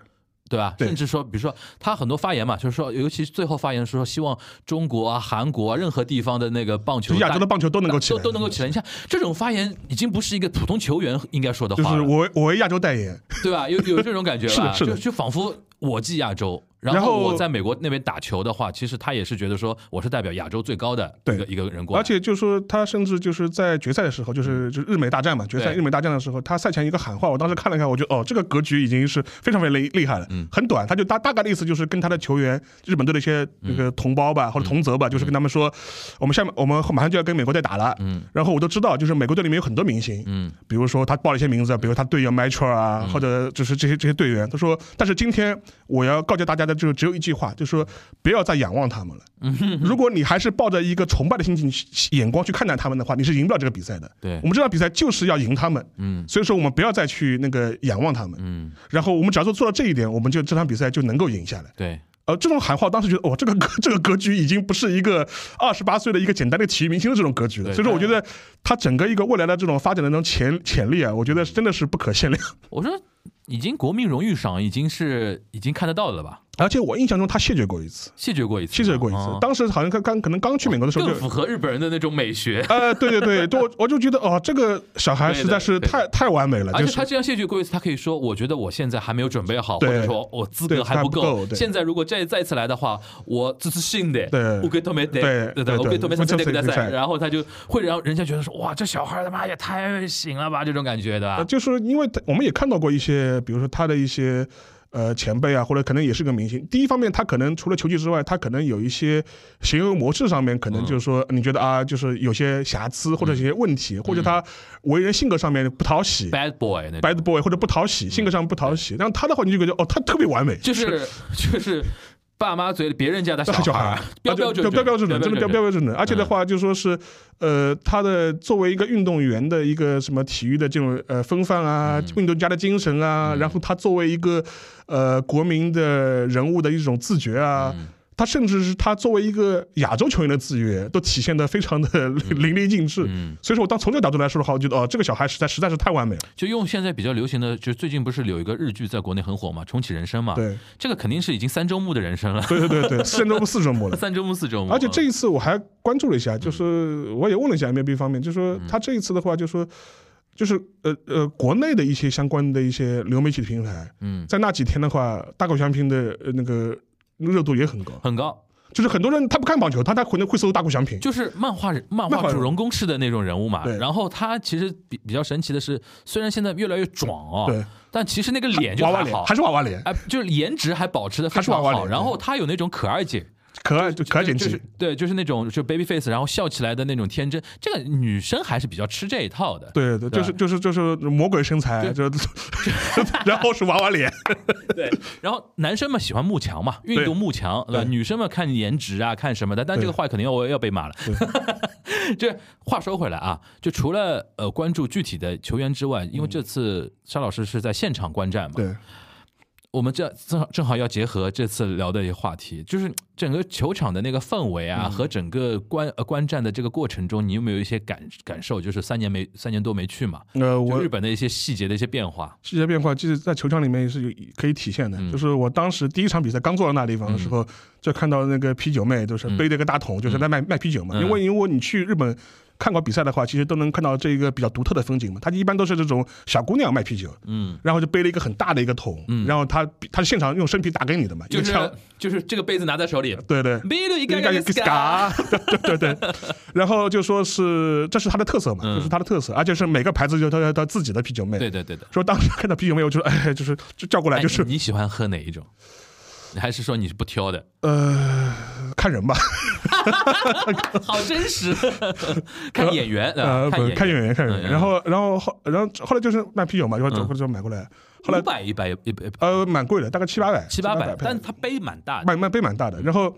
Speaker 5: 对吧？
Speaker 4: 对
Speaker 5: 甚至说，比如说他很多发言嘛，就是说，尤其是最后发言的时候，希望中国啊、韩国啊，任何地方的那个棒球，
Speaker 4: 就亚洲的
Speaker 5: 大
Speaker 4: 棒球都能够起
Speaker 5: 都
Speaker 4: 来，
Speaker 5: 都能够起来。你像这种发言，已经不是一个普通球员应该说的
Speaker 4: 就
Speaker 5: 话
Speaker 4: 是
Speaker 5: 了，
Speaker 4: 我为我为亚洲代言，
Speaker 5: 对吧？有有这种感觉
Speaker 4: 是
Speaker 5: 吧？
Speaker 4: 的是的
Speaker 5: 就就仿佛我继亚洲。
Speaker 4: 然
Speaker 5: 后
Speaker 4: 后
Speaker 5: 我在美国那边打球的话，其实他也是觉得说我是代表亚洲最高的一
Speaker 4: 对
Speaker 5: 个一个人过来，
Speaker 4: 而且就是说他甚至就是在决赛的时候，就是就是日美大战嘛，决赛
Speaker 5: 对
Speaker 4: 日美大战的时候，他赛前一个喊话，我当时看了一下，我觉得哦，这个格局已经是非常非常厉厉害了，很短，他就大大概的意思就是跟他的球员，日本队的一些那个同胞吧、或者同泽吧，就是跟他们说，我们下面我们马上就要跟美国队打了，嗯，然后我都知道，就是美国队里面有很多明星，嗯，比如说他报了一些名字，比如他队友 Metro 啊，或者就是这些这些队员，他说，但是今天我要告诫大家的就是只有一句话，就是说不要再仰望他 们了。如果你还是抱着一个崇拜的心情去眼光去看待他们的话，你是赢不了这个比赛的。
Speaker 5: 对
Speaker 4: 我们这场比赛就是要赢他们，
Speaker 5: 嗯
Speaker 4: 所以说我们不要再去那个仰望他们。
Speaker 5: 嗯，
Speaker 4: 然后我们只要做做到这一点，我们就这场比赛就能够赢下来。
Speaker 5: 对，
Speaker 4: 呃，这种喊话，我当时觉得哇，这个格 这个格局已经不是一个二十八岁的一个简单的体育明星的这种格局了。
Speaker 5: 对
Speaker 4: 所以说，我
Speaker 5: 他
Speaker 4: 觉得他整个一个未来的这种发展的那种潜潜力啊，我觉 得真的是不可限量。
Speaker 5: 我说已经国民荣誉赏已经是已经看得到了吧？
Speaker 4: 而且我印象中他谢绝过一次，
Speaker 6: 谢绝过一次吗，
Speaker 4: 谢绝过一次。
Speaker 5: 哦
Speaker 6: 啊
Speaker 4: 当时好像刚刚可能刚去美国的时候就
Speaker 5: 更符合日本人的那种 美学。
Speaker 4: 呃，对对对， 就我我就觉得哦，这个小孩
Speaker 5: 对的
Speaker 4: 实在是
Speaker 5: 对的
Speaker 4: 太太完美了，
Speaker 5: 而
Speaker 4: 啊就
Speaker 5: 且他
Speaker 4: 是
Speaker 5: 这样谢绝过一次，他可以说：“我觉得我现在还没有准备好，或
Speaker 4: 对
Speaker 5: 者说我资格
Speaker 4: 对
Speaker 5: 还
Speaker 4: 还
Speaker 5: 不
Speaker 4: 不
Speaker 5: 够。
Speaker 4: 够对
Speaker 5: 现在如果再再次来的话，我自自信的，
Speaker 4: 对
Speaker 5: 我给他们得，
Speaker 4: 对
Speaker 5: 对
Speaker 4: 对
Speaker 5: 我给他们
Speaker 4: 我
Speaker 5: 参
Speaker 4: 就
Speaker 5: 加
Speaker 4: 是
Speaker 5: 比
Speaker 4: 这个
Speaker 5: 赛。”
Speaker 4: 菜
Speaker 5: 然后他就会让人家觉得说：“哇，这小孩他妈也太行了吧！”这种感觉的
Speaker 4: 呃，。就是因为他我们也看到过一些，比如说他的一些呃前辈啊，或者可能也是个明星。第一方面，他可能除了球技之外，他可能有一些行为模式上面，可能
Speaker 5: 嗯
Speaker 4: 就是说、你觉得啊，就是有些瑕疵或者有些问题，或者他为人性格上面不讨喜。
Speaker 5: 嗯 bad boy 那种
Speaker 4: bad boy 或者不讨喜，性格上不讨喜，但他的话你就觉得哦，他特别完美，
Speaker 5: 就是就是爸妈嘴里别人家的
Speaker 4: 小
Speaker 5: 小
Speaker 4: 孩
Speaker 5: 孩
Speaker 4: 儿，
Speaker 5: 标
Speaker 4: 啊
Speaker 5: 标准
Speaker 4: 对标标准
Speaker 5: 准，
Speaker 4: 真的标标准准。哎而且的话，就说是，呃，他的作为一个运动员的一个什么体育的这种呃风范啊，运动家的精神啊，然后他作为一个呃国民的人物的一种自觉啊。他甚至是他作为一个亚洲球员的自觉，都体现的非常的淋漓尽致。
Speaker 5: 嗯
Speaker 4: 所以说我当从这个角度来说的话，我觉得哦，这个小孩实在实在是太完美了。
Speaker 5: 就用现在比较流行的，就是最近不是有一个日剧在国内很火嘛，《重启人生》嘛，
Speaker 4: 对，
Speaker 5: 这个肯定是已经三周目的人生了，
Speaker 4: 对对对对，四周目四周目了。
Speaker 5: 三周目、四周目，
Speaker 4: 而且这一次我还关注了一
Speaker 5: 嗯
Speaker 4: 下，就是我也问了一下 MLB 方面，就说他这一次的话，就说就是呃呃，国内的一些相关的一些流媒体平台，
Speaker 5: 嗯
Speaker 4: 在那几天的话，大口翔平的呃那个热度也很高，
Speaker 5: 很高，
Speaker 4: 就是很多人他不看棒球，他他可能会搜大口翔平。
Speaker 5: 就是漫画人、漫
Speaker 4: 漫
Speaker 5: 画
Speaker 4: 画
Speaker 5: 主
Speaker 4: 人
Speaker 5: 人公式的那种人物嘛。
Speaker 4: 对
Speaker 5: 然后他其实比比较神奇的是，虽然现在越来越壮哦
Speaker 4: 对，
Speaker 5: 但其实那个脸就
Speaker 4: 娃娃
Speaker 5: 还
Speaker 4: 脸
Speaker 5: 好，
Speaker 4: 还是娃娃脸，
Speaker 5: 哎，就是颜值还保持的非
Speaker 4: 还是
Speaker 5: 常
Speaker 4: 娃娃
Speaker 5: 好。
Speaker 4: 脸
Speaker 5: 然后他有那种可爱姐，
Speaker 4: 可爱就可爱减
Speaker 5: 就
Speaker 4: 轻
Speaker 5: 是。对，就是那种就 baby face，然后笑起来的那种天真，这个女生还是比较吃这一套的。
Speaker 4: 对对，就是就是就是魔鬼身材，就 然后是娃娃脸，
Speaker 5: 对，然后男生们喜欢慕强嘛，运动慕强，对吧？
Speaker 4: 对
Speaker 5: 女生们看颜值啊，看什么的，但这个话肯定要要被骂了。 这话说回来啊，就除了呃关注具体的球员之外，因为这次沙老师是在现场观战嘛，
Speaker 4: 对，
Speaker 5: 我们这正好正好要结合这次聊的一个话题，就是整个球场的那个氛围
Speaker 4: 嗯
Speaker 5: 啊，和整个观呃观战的这个过程中，你有没有一些感感受？就是三年没三年多没去嘛，
Speaker 4: 呃，
Speaker 5: 就
Speaker 4: 我
Speaker 5: 日本的一些细节的一些变化，
Speaker 4: 细节变化，就是在球场里面也是有可以体现
Speaker 5: 嗯
Speaker 4: 的。就是我当时第一场比赛刚坐到那地方的时候，就看到那个啤酒妹，就是背着个大桶，就是在卖卖啤酒嘛。
Speaker 5: 嗯
Speaker 4: 因为如果你去日本看过比赛的话，其实都能看到这一个比较独特的风景嘛。她一般都是这种小姑娘卖啤酒，
Speaker 5: 嗯，
Speaker 4: 然后就背了一个很大的一个桶，然后她她是现场用生啤打给你的嘛，
Speaker 5: 就
Speaker 4: 一
Speaker 5: 是
Speaker 4: 个枪
Speaker 5: 就是这个杯子拿在手里，
Speaker 4: 对对。
Speaker 5: 米露一
Speaker 4: 应
Speaker 5: 个
Speaker 4: 该
Speaker 5: 个
Speaker 4: 是
Speaker 5: s
Speaker 4: 嘎，对对对，然后就说是这是它的特色嘛，
Speaker 5: 嗯
Speaker 4: 就是它的特色，而且是每个牌子就它它自己的啤酒妹。
Speaker 5: 对对对的。
Speaker 4: 说当时看到啤酒妹，我就说哎，就是就叫过来
Speaker 5: 哎
Speaker 4: 就是
Speaker 5: 你你喜欢喝哪一种？还是说你是不挑 的？
Speaker 4: 呃，看人吧，
Speaker 5: 好真实， 看演员，
Speaker 4: 呃，不
Speaker 5: 啊看演
Speaker 4: 看
Speaker 5: 员。
Speaker 4: 演员，看演员。
Speaker 5: 嗯
Speaker 4: 然后，然后后，然后后来就是卖啤酒嘛，然后就就买过来。后来
Speaker 5: 五，百一百一百
Speaker 4: 呃，蛮贵的，大概七八百，
Speaker 5: 七八百
Speaker 4: 700，
Speaker 5: 但他杯蛮大的，
Speaker 4: 卖卖杯蛮大的。然后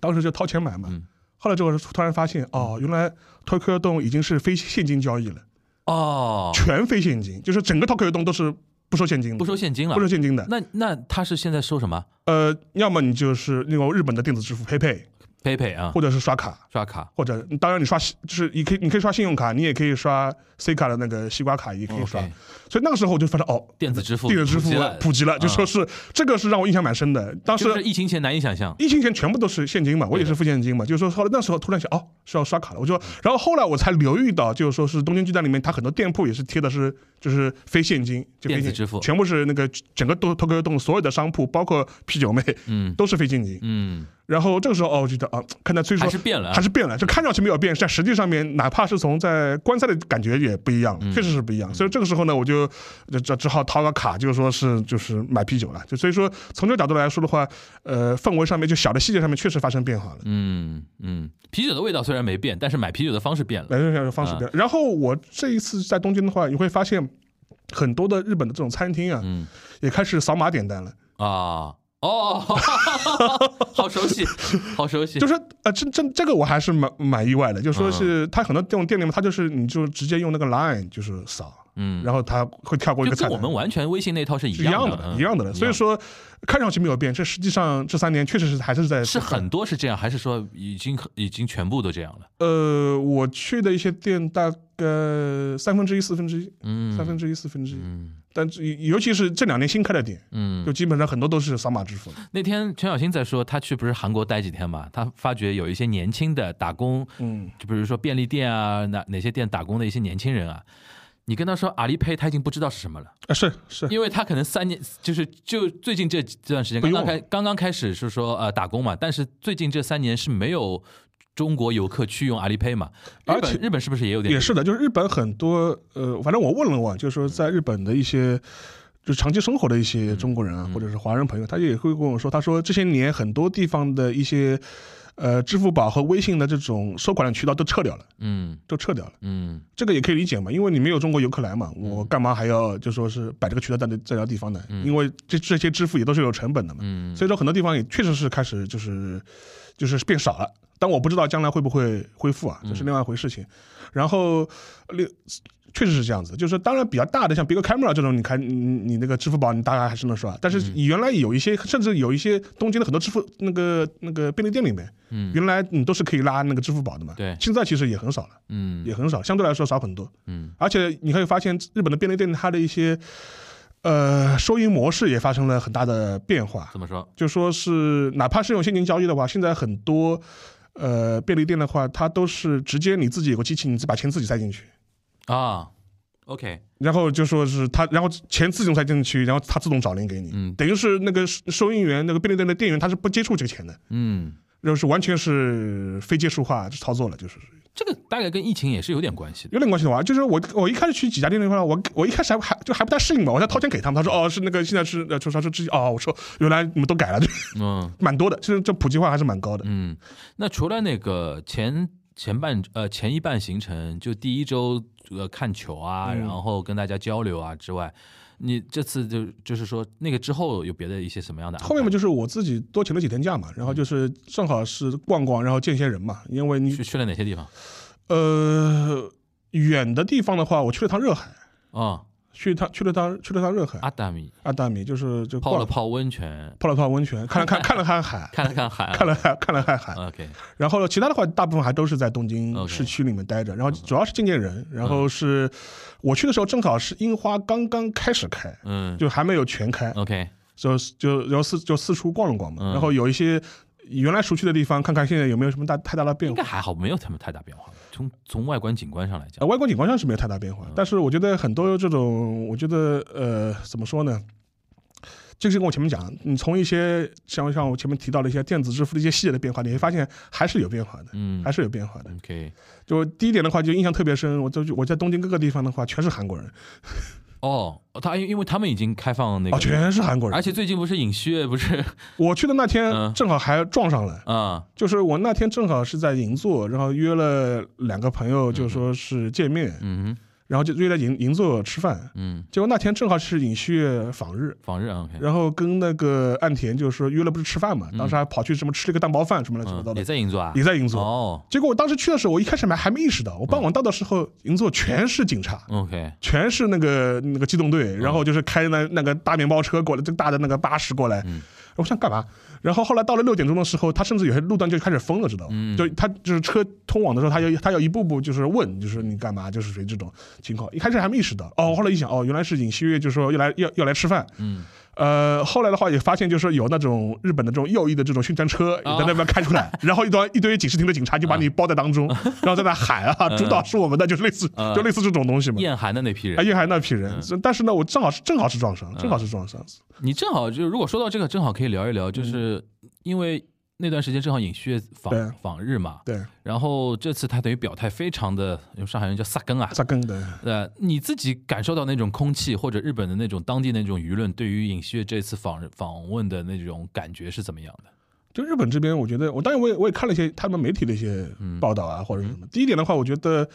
Speaker 4: 当时就掏钱买嘛。
Speaker 5: 嗯
Speaker 4: 后来之后突然发现，哦，原来 Tokyo 洞已经是非现金交易了，
Speaker 5: 哦，
Speaker 4: 全非现金，就是整个 Tokyo 洞都是不收现金的，
Speaker 5: 不收现金了
Speaker 4: 不。收现金的。
Speaker 5: 那那他是现在收什么
Speaker 4: 呃，要么你就是那种日本的电子支付 PayPay，
Speaker 5: ？PayPay 啊，
Speaker 4: 或者是刷卡。
Speaker 5: 刷卡。
Speaker 4: 或者当然你刷信就是你可以你可以刷信用卡，你也可以刷 C 卡的那个西瓜卡，也可以刷。
Speaker 5: OK
Speaker 4: 所以那个时候我就发现哦，
Speaker 5: 电子支付
Speaker 4: 电子支
Speaker 5: 普
Speaker 4: 付
Speaker 5: 及了嗯
Speaker 4: 普及了，就说是这个是让我印象蛮深的。当时
Speaker 5: 就是疫情前难以想象，
Speaker 4: 疫情前全部都是现金嘛，我也是付现金嘛，就是说后来那时候突然想哦是要刷卡了，我就然后后来我才留意到，就是说是东京巨蛋里面它很多店铺也是贴的是就是非现金，就非现
Speaker 5: 电子支付
Speaker 4: 全部是那个整个东 Tokyo 洞所有的商铺，包括啤酒妹，
Speaker 5: 嗯
Speaker 4: 都是非现金。
Speaker 5: 嗯，
Speaker 4: 然后这个时候哦，我觉得啊，看他虽说
Speaker 5: 还是变了啊
Speaker 4: 还是变了，就看上去没有变，但实际上面哪怕是从在观赛的感觉也不一样，
Speaker 5: 嗯
Speaker 4: 确实是不一样。所以这个时候呢，我就就只只好掏个卡，就是说是就是买啤酒了。就所以说从这个角度来说的话，呃，氛围上面就小的细节上面确实发生变化了。
Speaker 5: 嗯嗯，啤酒的味道虽然没变，但是买啤酒的方式变了。
Speaker 4: 买这种方式
Speaker 5: 啊
Speaker 4: 变了。然后我这一次在东京的话，你会发现很多的日本的这种餐厅啊，
Speaker 5: 嗯
Speaker 4: 也开始扫码点单了。
Speaker 5: 啊，哦， 好熟悉，好熟悉，
Speaker 4: 就是呃，这这这个我还是蛮蛮意外的，就说
Speaker 5: 啊
Speaker 4: 是它很多这种店里面，它就是你就直接用那个 Line 就是扫，
Speaker 5: 嗯
Speaker 4: 然后它会跳过一
Speaker 5: 就
Speaker 4: 个菜
Speaker 5: 跟我
Speaker 4: 单
Speaker 5: 们。完全微信那套是一
Speaker 4: 是一样
Speaker 5: 的，嗯
Speaker 4: 的，一样的了。所以
Speaker 5: 说。
Speaker 4: 说，看上去没有变，这实际上这三年确实是还是在
Speaker 5: 是很多是这样，还是说已经已经全部都这样了？
Speaker 4: 呃，我去的一些店大个三分之一、四分之一，
Speaker 5: 嗯，
Speaker 4: 三分之一、四分之一。
Speaker 5: 嗯
Speaker 4: 但是尤其是这两年新开的店，
Speaker 5: 嗯
Speaker 4: 就，基本上很多都是扫码支付的。
Speaker 5: 那天陈小新在说，他去不是韩国待几天嘛，他发觉有一些年轻的打工，
Speaker 4: 嗯，
Speaker 5: 就比如说便利店啊，哪哪些店打工的一些年轻人啊，你跟他说阿里配，他已经不知道是什 么了。
Speaker 4: 啊是是，
Speaker 5: 因为他可能三年，就是就最近这这段时间
Speaker 4: 不
Speaker 5: 刚
Speaker 4: 用
Speaker 5: 刚
Speaker 4: 了
Speaker 5: 开刚刚开始是说呃打工嘛，但是最近这三年是没有中国游客去用阿里 Pay 嘛，日
Speaker 4: 而
Speaker 5: 本
Speaker 4: 且
Speaker 5: 日本是不是也有点
Speaker 4: 也是的，就是日本很多呃，反正我问了问，就是说在日本的一些。就长期生活的一些中国人
Speaker 5: 嗯
Speaker 4: 啊，或者是华人朋友，他也会跟我说，他说这些年很多地方的一些，呃，支付宝和微信的这种收款的渠道都撤掉了，
Speaker 5: 嗯
Speaker 4: 都撤掉了。
Speaker 5: 嗯
Speaker 4: 这个也可以理解嘛，因为你没有中国游客来嘛，我干嘛还要就说是摆这个渠道在这在这地方呢？因为这这些支付也都是有成本的嘛，
Speaker 5: 嗯
Speaker 4: 所以说很多地方也确实是开始就是就是变少了，但我不知道将来会不会恢复啊，
Speaker 5: 嗯
Speaker 4: 这是另外一回事情。然后另确实是这样子，就是当然比较大的像 Big Camera 这种，你看你你那个支付宝你大概还是能刷，但是
Speaker 5: 嗯
Speaker 4: 原来有一些甚至有一些东京的很多支付那个那个便利店里面，
Speaker 5: 嗯
Speaker 4: 原来你都是可以拉那个支付宝的嘛，
Speaker 5: 对
Speaker 4: 现在其实也很少了。
Speaker 5: 嗯
Speaker 4: 也很少，相对来说少很多。
Speaker 5: 嗯，
Speaker 4: 而且你会发现日本的便利店它的一些呃收银模式也发生了很大的变化，
Speaker 5: 怎么说
Speaker 4: 就说是哪怕是用现金交易的话，现在很多呃便利店的话，它都是直接你自己有个机器，你自把钱自己塞进去。
Speaker 5: 啊？OK，
Speaker 4: 然后就说是它，然后钱自动塞进去，然后它自动找零给你，
Speaker 5: 嗯
Speaker 4: 等于是那个收收银员、那个便利店的店员，他是不接触这个钱的，
Speaker 5: 嗯，
Speaker 4: 就是完全是非接触化操作了，就是
Speaker 5: 这个大概跟疫情也是有点关系的。
Speaker 4: 有点关系的话，就是我我一开始去几家店的话，我我一开始还还就还不太适应嘛，我在掏钱给他们，他说哦是那个现在是呃就是他说之前哦我说原来你们都改了，就
Speaker 5: 嗯
Speaker 4: 蛮多的，其实这普及化还是蛮高的。
Speaker 5: 嗯，那除了那个前前半呃前一半行程，就第一周呃看球啊，
Speaker 4: 嗯
Speaker 5: 然后跟大家交流啊之外，你这次就就是说那个之后有别的一些什么样的安排？
Speaker 4: 后面嘛就是我自己多请了几天假嘛，
Speaker 5: 嗯
Speaker 4: 然后就是正好是逛逛，然后见些人嘛，因为你
Speaker 5: 去去了哪些地方？
Speaker 4: 呃远的地方的话，我去了趟热海，
Speaker 5: 哦，
Speaker 4: 去趟去了趟去了趟热海
Speaker 5: 阿达 米
Speaker 4: 阿达米，就是就
Speaker 5: 啊泡
Speaker 4: 逛
Speaker 5: 了泡温泉，
Speaker 4: 泡了趟温泉，看 了看看了看海，
Speaker 5: 看了看 海，
Speaker 4: 看了看看了看海，
Speaker 5: OK，
Speaker 4: 然后呢，其他的话大部分还都是在东
Speaker 5: OK 嗯
Speaker 4: 京市区里面待着，然后主要是见见人，然后是我去的时候正好是樱花刚刚开始开。
Speaker 5: 嗯
Speaker 4: 就还没有全开，
Speaker 5: ，OK，
Speaker 4: 就就然后四就四处逛了逛嘛，
Speaker 5: 嗯
Speaker 4: 然后有一些原来熟悉的地方，看看现在有没有什么大太大的变
Speaker 5: 应
Speaker 4: 化
Speaker 5: 该。还好，没有什么太大变化。从从外观景观上来
Speaker 4: 呃，
Speaker 5: 讲，
Speaker 4: 外观景观上是没有太大
Speaker 5: 嗯
Speaker 4: 变化，但是我觉得很多这种，我觉得呃，怎么说呢？就是跟我前面讲，你从一些像像我前面提到的一些电子支付的一些细节的变化，你会发现还是有变化的，
Speaker 5: 嗯
Speaker 4: 还是有变化的。
Speaker 5: ，OK，
Speaker 4: 就第一点的话，就印象特别深。我就我在东京各个地方的话，全是韩国人，
Speaker 5: 哦，他因因为他们已经开放那
Speaker 4: 哦，
Speaker 5: 个，
Speaker 4: 全是韩国人
Speaker 5: 而。且最近不是尹锡悦不是
Speaker 4: 我去的那
Speaker 5: 哎嗯
Speaker 4: 天正好还撞上了，
Speaker 5: 啊，
Speaker 4: 就是我那天正好是在银座，然后约了两个朋友，就说是见面，
Speaker 5: 嗯嗯哼
Speaker 4: 然后就约在银银座吃饭。
Speaker 5: 嗯，
Speaker 4: 结果那天正好是尹旭访日，
Speaker 5: 访日啊 OK，
Speaker 4: 然后跟那个岸田就是说约了不是吃饭嘛，当时还跑去什么吃了个蛋包饭什么乱七八糟
Speaker 5: 嗯
Speaker 4: 的
Speaker 5: 也，在银座啊，
Speaker 4: 也在银座。
Speaker 5: 哦嗯
Speaker 4: 结果我当时去的时候，我一开始还还没意识到，我傍晚到的时候，银座全是警察。
Speaker 5: ，OK，
Speaker 4: 全是那个那个机动队，然后就是开那那个大面包车过来，这个大的那个巴士过来。我想干嘛？然后后来到了六点钟的时候，他甚至有些路段就开始封了，知道吗？就他就是车通往的时候，他要他要一步步就是问，就是你干嘛，就是属于这种情况。一开始还没意识到，哦，后来一想，哦，原来是尹锡悦，就说要来要要来吃饭。
Speaker 5: 嗯，
Speaker 4: 呃，后来的话也发现，就是有那种日本的这种右翼的这种宣传车也在那边开出来，然后一堆一堆警视厅的警察就把你包在当中，然后在那喊啊，主导是我们的，就是类似就类似这种东西嘛。
Speaker 5: 燕韩的那批
Speaker 4: 啊，
Speaker 5: 人，
Speaker 4: 叶海那批人，是但是呢，我正好是正好是撞上，正好是撞上。
Speaker 5: 你正好就如果说到这个，正好可以聊一聊，就是因为那段时间正好尹锡悦
Speaker 4: 嗯对
Speaker 5: 访访日嘛，
Speaker 4: 对，
Speaker 5: 然后这次他等于表态非常的用上海人叫萨根啊，
Speaker 4: 扎根的，
Speaker 5: 呃，你自己感受到那种空气或者日本的那种当地那种舆论对于尹锡悦这次访访问的那种感觉是怎么样的？
Speaker 4: 就日本这边，我觉得我当然我也我也看了一些他们媒体的一些报道啊，或者是什么。第一点的话，我觉得，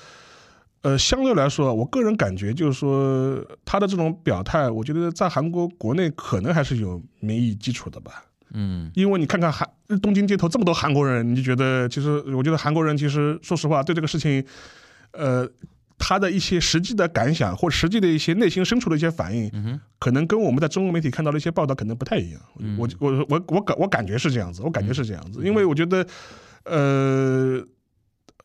Speaker 4: 呃，相对来说，我个人感觉就是说他的这种表态，我觉得在韩国国内可能还是有民意基础的吧。
Speaker 5: 嗯
Speaker 4: 因为你看看韩东京街头这么多韩国人，你就觉得其实我觉得韩国人其实说实话对这个事情，呃，他的一些实际的感想或实际的一些内心深处的一些反应，可能跟我们在中国媒体看到的一些报道可能不太一样。我我我我感我感觉是这样子，我感觉是这样子，因为我觉得，呃，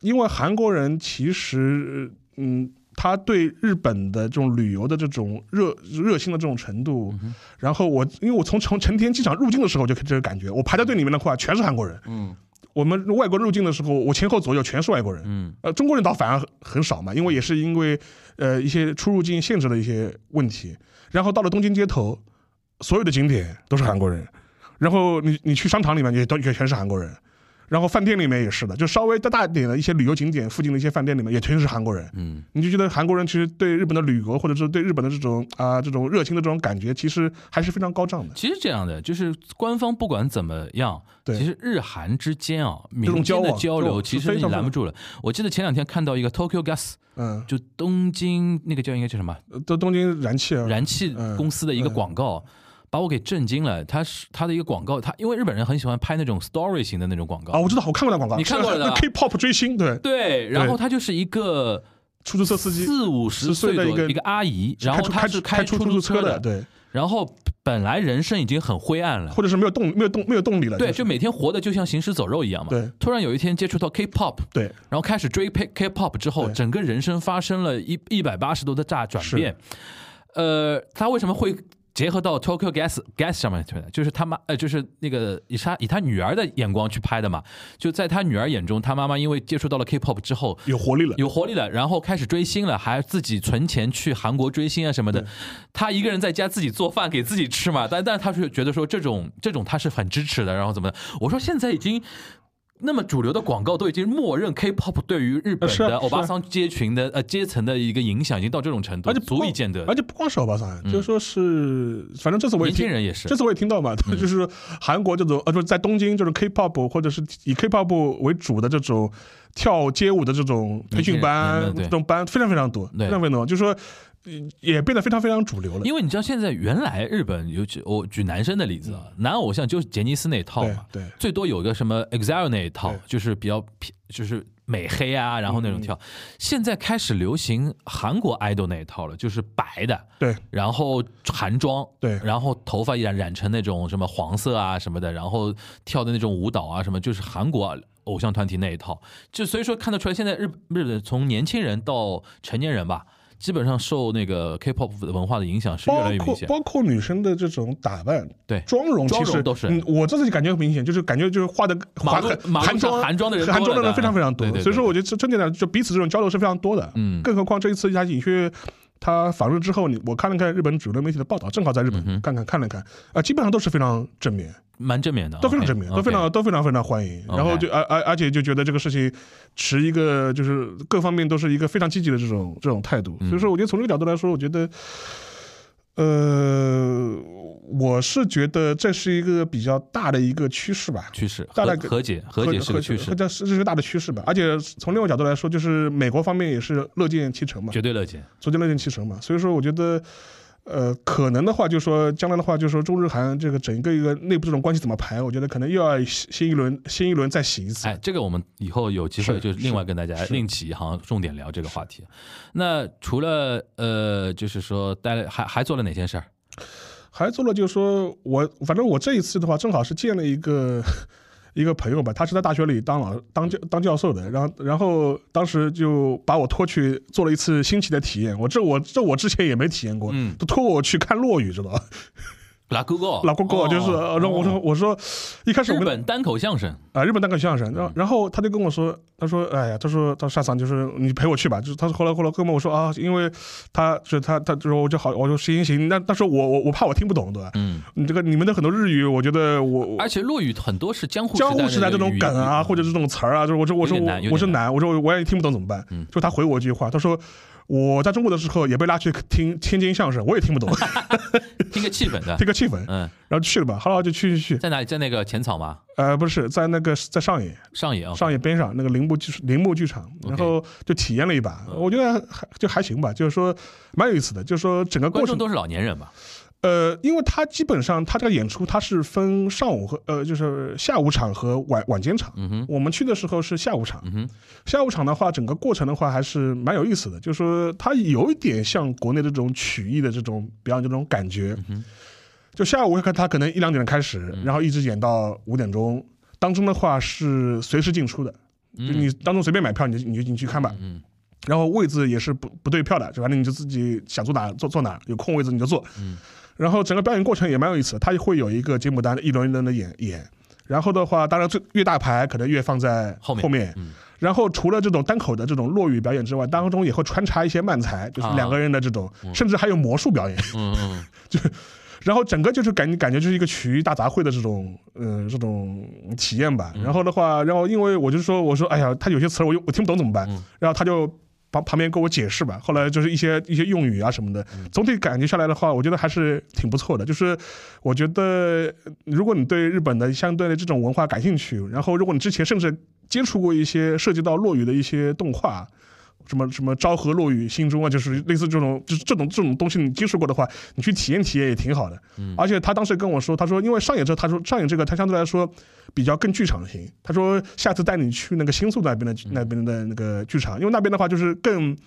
Speaker 4: 因为韩国人其实嗯，他对日本的这种旅游的这种热热心的这种程度，然后我因为我从从成田机场入境的时候就这个感觉，我排在队里面的话全是韩国人，嗯。我们外国入境的时候，我前后左右全是外国人，嗯，呃，中国人倒反而很很少嘛，因为也是因为呃一些出入境限制的一些问题。然后到了东京街头，所有的景点都是韩国人，然后你你去商场里面也都也全是韩国人，然后饭店里面也是的，就稍微大大一点的一些旅游景点附近的一些饭店里面也全是韩国人，嗯，你就觉得韩国人其实对日本的旅游或者是对日本的这种啊、这种热情的这种感觉，其实还是非常高涨的。
Speaker 5: 其实这样的，就是官方不管怎么样，
Speaker 4: 对
Speaker 5: 其实日韩之间啊，
Speaker 4: 这种
Speaker 5: 民
Speaker 4: 交
Speaker 5: 间的
Speaker 4: 往
Speaker 5: 交
Speaker 4: 这
Speaker 5: 流
Speaker 4: 种
Speaker 5: 其
Speaker 4: 是
Speaker 5: 实
Speaker 4: 非
Speaker 5: 你
Speaker 4: 常
Speaker 5: 拦
Speaker 4: 不
Speaker 5: 不住了。我记得前两天看到一个 Tokyo Gas，
Speaker 4: 嗯，呃
Speaker 5: 就东京那个叫应该叫什么
Speaker 4: 都东京燃气啊，
Speaker 5: 燃气公司的一个广
Speaker 4: 呃
Speaker 5: 告，把我给震惊了。它是它的一个广告，它因为日本人很喜欢拍那种 story 型的那种广
Speaker 4: 啊，
Speaker 5: 告，
Speaker 4: 我知道，我看过那广告，
Speaker 5: 你看过了的
Speaker 4: K-pop 追星， 对，
Speaker 5: 对，然后它就是一个
Speaker 4: 出租车司机
Speaker 5: 四五十岁
Speaker 4: 40的
Speaker 5: 左
Speaker 4: 一
Speaker 5: 右
Speaker 4: 个
Speaker 5: 一个阿姨，然
Speaker 4: 开
Speaker 5: 后
Speaker 4: 出
Speaker 5: 她
Speaker 4: 开
Speaker 5: 是
Speaker 4: 出开
Speaker 5: 出
Speaker 4: 出
Speaker 5: 租
Speaker 4: 租车
Speaker 5: 的，
Speaker 4: 的，，对，
Speaker 5: 然后本来人生已经很灰暗了。
Speaker 4: 或者是没有动没有动没有动力了，
Speaker 5: 对，
Speaker 4: 啊就是
Speaker 5: 就每天活的就像行尸走肉一样嘛。
Speaker 4: 对
Speaker 5: 突然有一天接触到 K-pop，
Speaker 4: 对，
Speaker 5: 然后开始追 K- K-pop 之后，
Speaker 4: 对
Speaker 5: 整个人生发生了一一百八十度的大转变。呃，他为什么会结合到 Tokyo Gas Gas 上面去呢？就是他妈呃，就是那个以他以他女儿的眼光去拍的嘛。就在他女儿眼中，他妈妈因为接触到了 K-pop 之后，
Speaker 4: 有活力了，
Speaker 5: 有活力了，然后开始追星了，还自己存钱去韩国追星啊什么的。他一个人在家自己做饭给自己吃嘛，但但是他是觉得说这种这种他是很支持的，然后怎么的？我说现在已经。那么主流的广告都已经默认 K-pop 对于日本
Speaker 4: 呃是啊
Speaker 5: 的欧
Speaker 4: 是啊
Speaker 5: 巴桑阶群的呃阶层的一个影响已经到这种程度，
Speaker 4: 而且不
Speaker 5: 足
Speaker 4: 光
Speaker 5: 以见得。
Speaker 4: 哦而且不光是欧巴桑，就说是，反正这次我也
Speaker 5: 年轻
Speaker 4: 听，
Speaker 5: 人也是嗯
Speaker 4: 这，次我也听到嘛， 就是韩国这种呃，就是在东京就是 K-pop 或者是以 K-pop 为主的这种跳街舞的这种培训
Speaker 5: 年轻人
Speaker 4: 班
Speaker 5: 嗯，对
Speaker 4: 这种班非常非常多，
Speaker 5: 对
Speaker 4: 非常非常多，就是说呃也变得非常非常主流了。
Speaker 5: 因为你知道现在原来日本尤其我举男生的例子啊，男偶像就是杰尼斯那一套嘛，
Speaker 4: 嗯对对
Speaker 5: 最多有一个什么 EXILE 那一套
Speaker 4: 对，嗯
Speaker 5: 就是比较偏就是美黑啊，然后那种跳。现在开始流行韩国 idol 那一套了，就是白的，
Speaker 4: 对，
Speaker 5: 然后韩妆，
Speaker 4: 对
Speaker 5: 然后头发染染成那种什么黄色啊什么的，然后跳的那种舞蹈啊什么，就是韩国偶像团体那一套。就所以说看得出来，现在日日本从年轻人到成年人吧，基本上受那个 K-pop 文化的影响是越
Speaker 4: 包
Speaker 5: 来越明
Speaker 4: 括
Speaker 5: 显。
Speaker 4: 包括女生的这种打扮，
Speaker 5: 对
Speaker 4: 妆容
Speaker 5: 妆
Speaker 4: 其
Speaker 5: 容
Speaker 4: 实
Speaker 5: 都是
Speaker 4: 嗯，我这次就感觉很明显，就是感觉就是画的
Speaker 5: 马
Speaker 4: 韩
Speaker 5: 路马路
Speaker 4: 韩
Speaker 5: 上
Speaker 4: 妆
Speaker 5: 韩妆的人多了
Speaker 4: 韩妆的人非常非常多
Speaker 5: 对对，对
Speaker 4: 所以说我觉得这这点呢，就彼此这种交流是非常多的，
Speaker 5: 嗯
Speaker 4: 更何况这一次他隐约。他访日之后，你我看了看日本主流媒体的报道，正好在日本、
Speaker 5: 嗯
Speaker 4: 看看看了看，啊、基本上都是非常正面，
Speaker 5: 蛮正面的，
Speaker 4: 都非常
Speaker 5: OK，
Speaker 4: 正面，都非
Speaker 5: OK
Speaker 4: 常都非常非常欢迎。
Speaker 5: OK
Speaker 4: 然后就而而而且就觉得这个事情持一个就是各方面都是一个非常积极的这种这种态度。
Speaker 5: 嗯
Speaker 4: 所以说，我觉得从这个角度来说，我觉得。呃，我是觉得这是一个比较大的一个趋势吧，
Speaker 5: 趋势，
Speaker 4: 大
Speaker 5: 和
Speaker 4: 概
Speaker 5: 和解和解是个趋
Speaker 4: 和
Speaker 5: 势，
Speaker 4: 这是这是个大的趋势吧。而且从另外角度来说，就是美国方面也是乐见其成嘛，
Speaker 5: 绝对乐见。
Speaker 4: 逐渐乐见其成嘛。所以说，我觉得，呃，可能的话，就说将来的话，就说中日韩这个整个一个内部这种关系怎么排，我觉得可能又要新新一轮新一轮再洗一次。
Speaker 5: 哎，这个我们以后有机会
Speaker 4: 是
Speaker 5: 就另外跟大家
Speaker 4: 是
Speaker 5: 另起一行重点聊这个话题。那除了呃，就是说带了还还做了哪些事儿？
Speaker 4: 还做了就是说我反正我这一次的话，正好是见了一个。 一个朋友吧，他是在大学里当老当
Speaker 5: 嗯
Speaker 4: 教当教授的，然后然后当时就把我拖去做了一次新奇的体验，我这我这我之前也没体验过，
Speaker 5: 嗯
Speaker 4: 都拖我去看落雨，知道吧？
Speaker 5: 拉 Google，
Speaker 4: 老公跟我就是，
Speaker 5: 哦
Speaker 4: 然后我说我说一开始我
Speaker 5: 日
Speaker 4: 跟
Speaker 5: 本单口相声，
Speaker 4: 啊，日本单口相声，
Speaker 5: 嗯
Speaker 4: 然后然后他就跟我说，他说，哎呀，他说他说沙桑就是你陪我去吧，就是他说后来后来跟我说啊，因为他就是他他就说我就好，我说行行行，那但是我我我怕我听不懂，对吧？
Speaker 5: 嗯，
Speaker 4: 你这个你们的很多日语，我觉得我我
Speaker 5: 而且落语很多是江户
Speaker 4: 江户时代
Speaker 5: 的
Speaker 4: 这种梗啊，或者这种词儿啊，就是我说我说
Speaker 5: 有点难
Speaker 4: 我
Speaker 5: 有
Speaker 4: 我
Speaker 5: 点
Speaker 4: 说
Speaker 5: 难嗯
Speaker 4: 难，我说我万一听不懂怎么办？就他回我一句话，他说我在中国的时候也被拉去听天津相声，我也听不懂，
Speaker 5: 听个气氛的
Speaker 4: 这，个气氛，
Speaker 5: 嗯，
Speaker 4: 然后去了吧，后来我就去去去，
Speaker 5: 在哪里？在那个浅草吗？
Speaker 4: 呃，不是在那个在上野，
Speaker 5: 上野啊，
Speaker 4: 上野边上那个铃木剧铃木剧场，然后就体验了一把，
Speaker 5: 嗯
Speaker 4: 我觉得还就还行吧，就是说蛮有意思的，就是说整个
Speaker 5: 观
Speaker 4: 过
Speaker 5: 众
Speaker 4: 程，
Speaker 5: 都是老年人吧？
Speaker 4: 呃，因为它基本上它这个演出它是分上午和呃就是下午场和晚晚间场，
Speaker 5: 嗯
Speaker 4: 我们去的时候是下午场，下午场的话，整个过程的话还是蛮有意思的，就是说它有一点像国内的这种曲艺的这种表演这种感觉，
Speaker 5: 嗯
Speaker 4: 就下午看它可能一两点开始，然后一直演到五点钟，
Speaker 5: 嗯
Speaker 4: 当中的话是随时进出的，就你当中随便买票你就你就进去看吧。然后位置也是不不对票的，就反正你就自己想坐哪坐坐哪，有空位置你就坐。
Speaker 5: 嗯
Speaker 4: 然后整个表演过程也蛮有意思的，它会有一个节目单一轮一轮的演演。然后的话，当然最越大牌可能越放在
Speaker 5: 后面
Speaker 4: 然后除了这种单口的这种落语表演之外，当中也会穿插一些慢才，就是两个人的这种，甚至还有魔术表演。
Speaker 5: 啊嗯 嗯，
Speaker 4: 然后整个就是感感觉就是一个曲艺大杂烩的这种，嗯、这种体验
Speaker 5: 嗯
Speaker 4: 吧。然后的话，然后因为我就说，我说，哎呀，他有些词儿我又我听不懂怎么
Speaker 5: 嗯
Speaker 4: 办？然后他就旁旁边给我解释吧。后来就是一些一些用语啊什么的，
Speaker 5: 嗯
Speaker 4: 总体感觉下来的话，我觉得还是挺不错的。就是我觉得，如果你对日本的相对的这种文化感兴趣，然后如果你之前甚至接触过一些涉及到落语的一些动画，什么什么昭和落语、心中啊，就是类似这种，就是这种这种东西，你接触过的话，你去体验体验也挺好的。而且他当时跟我说，他说因为上野这，他说上野这个，他相对来说比较更剧场型。他说下次带你去那个新宿那边的那边的那个剧场，因为那边的话就是更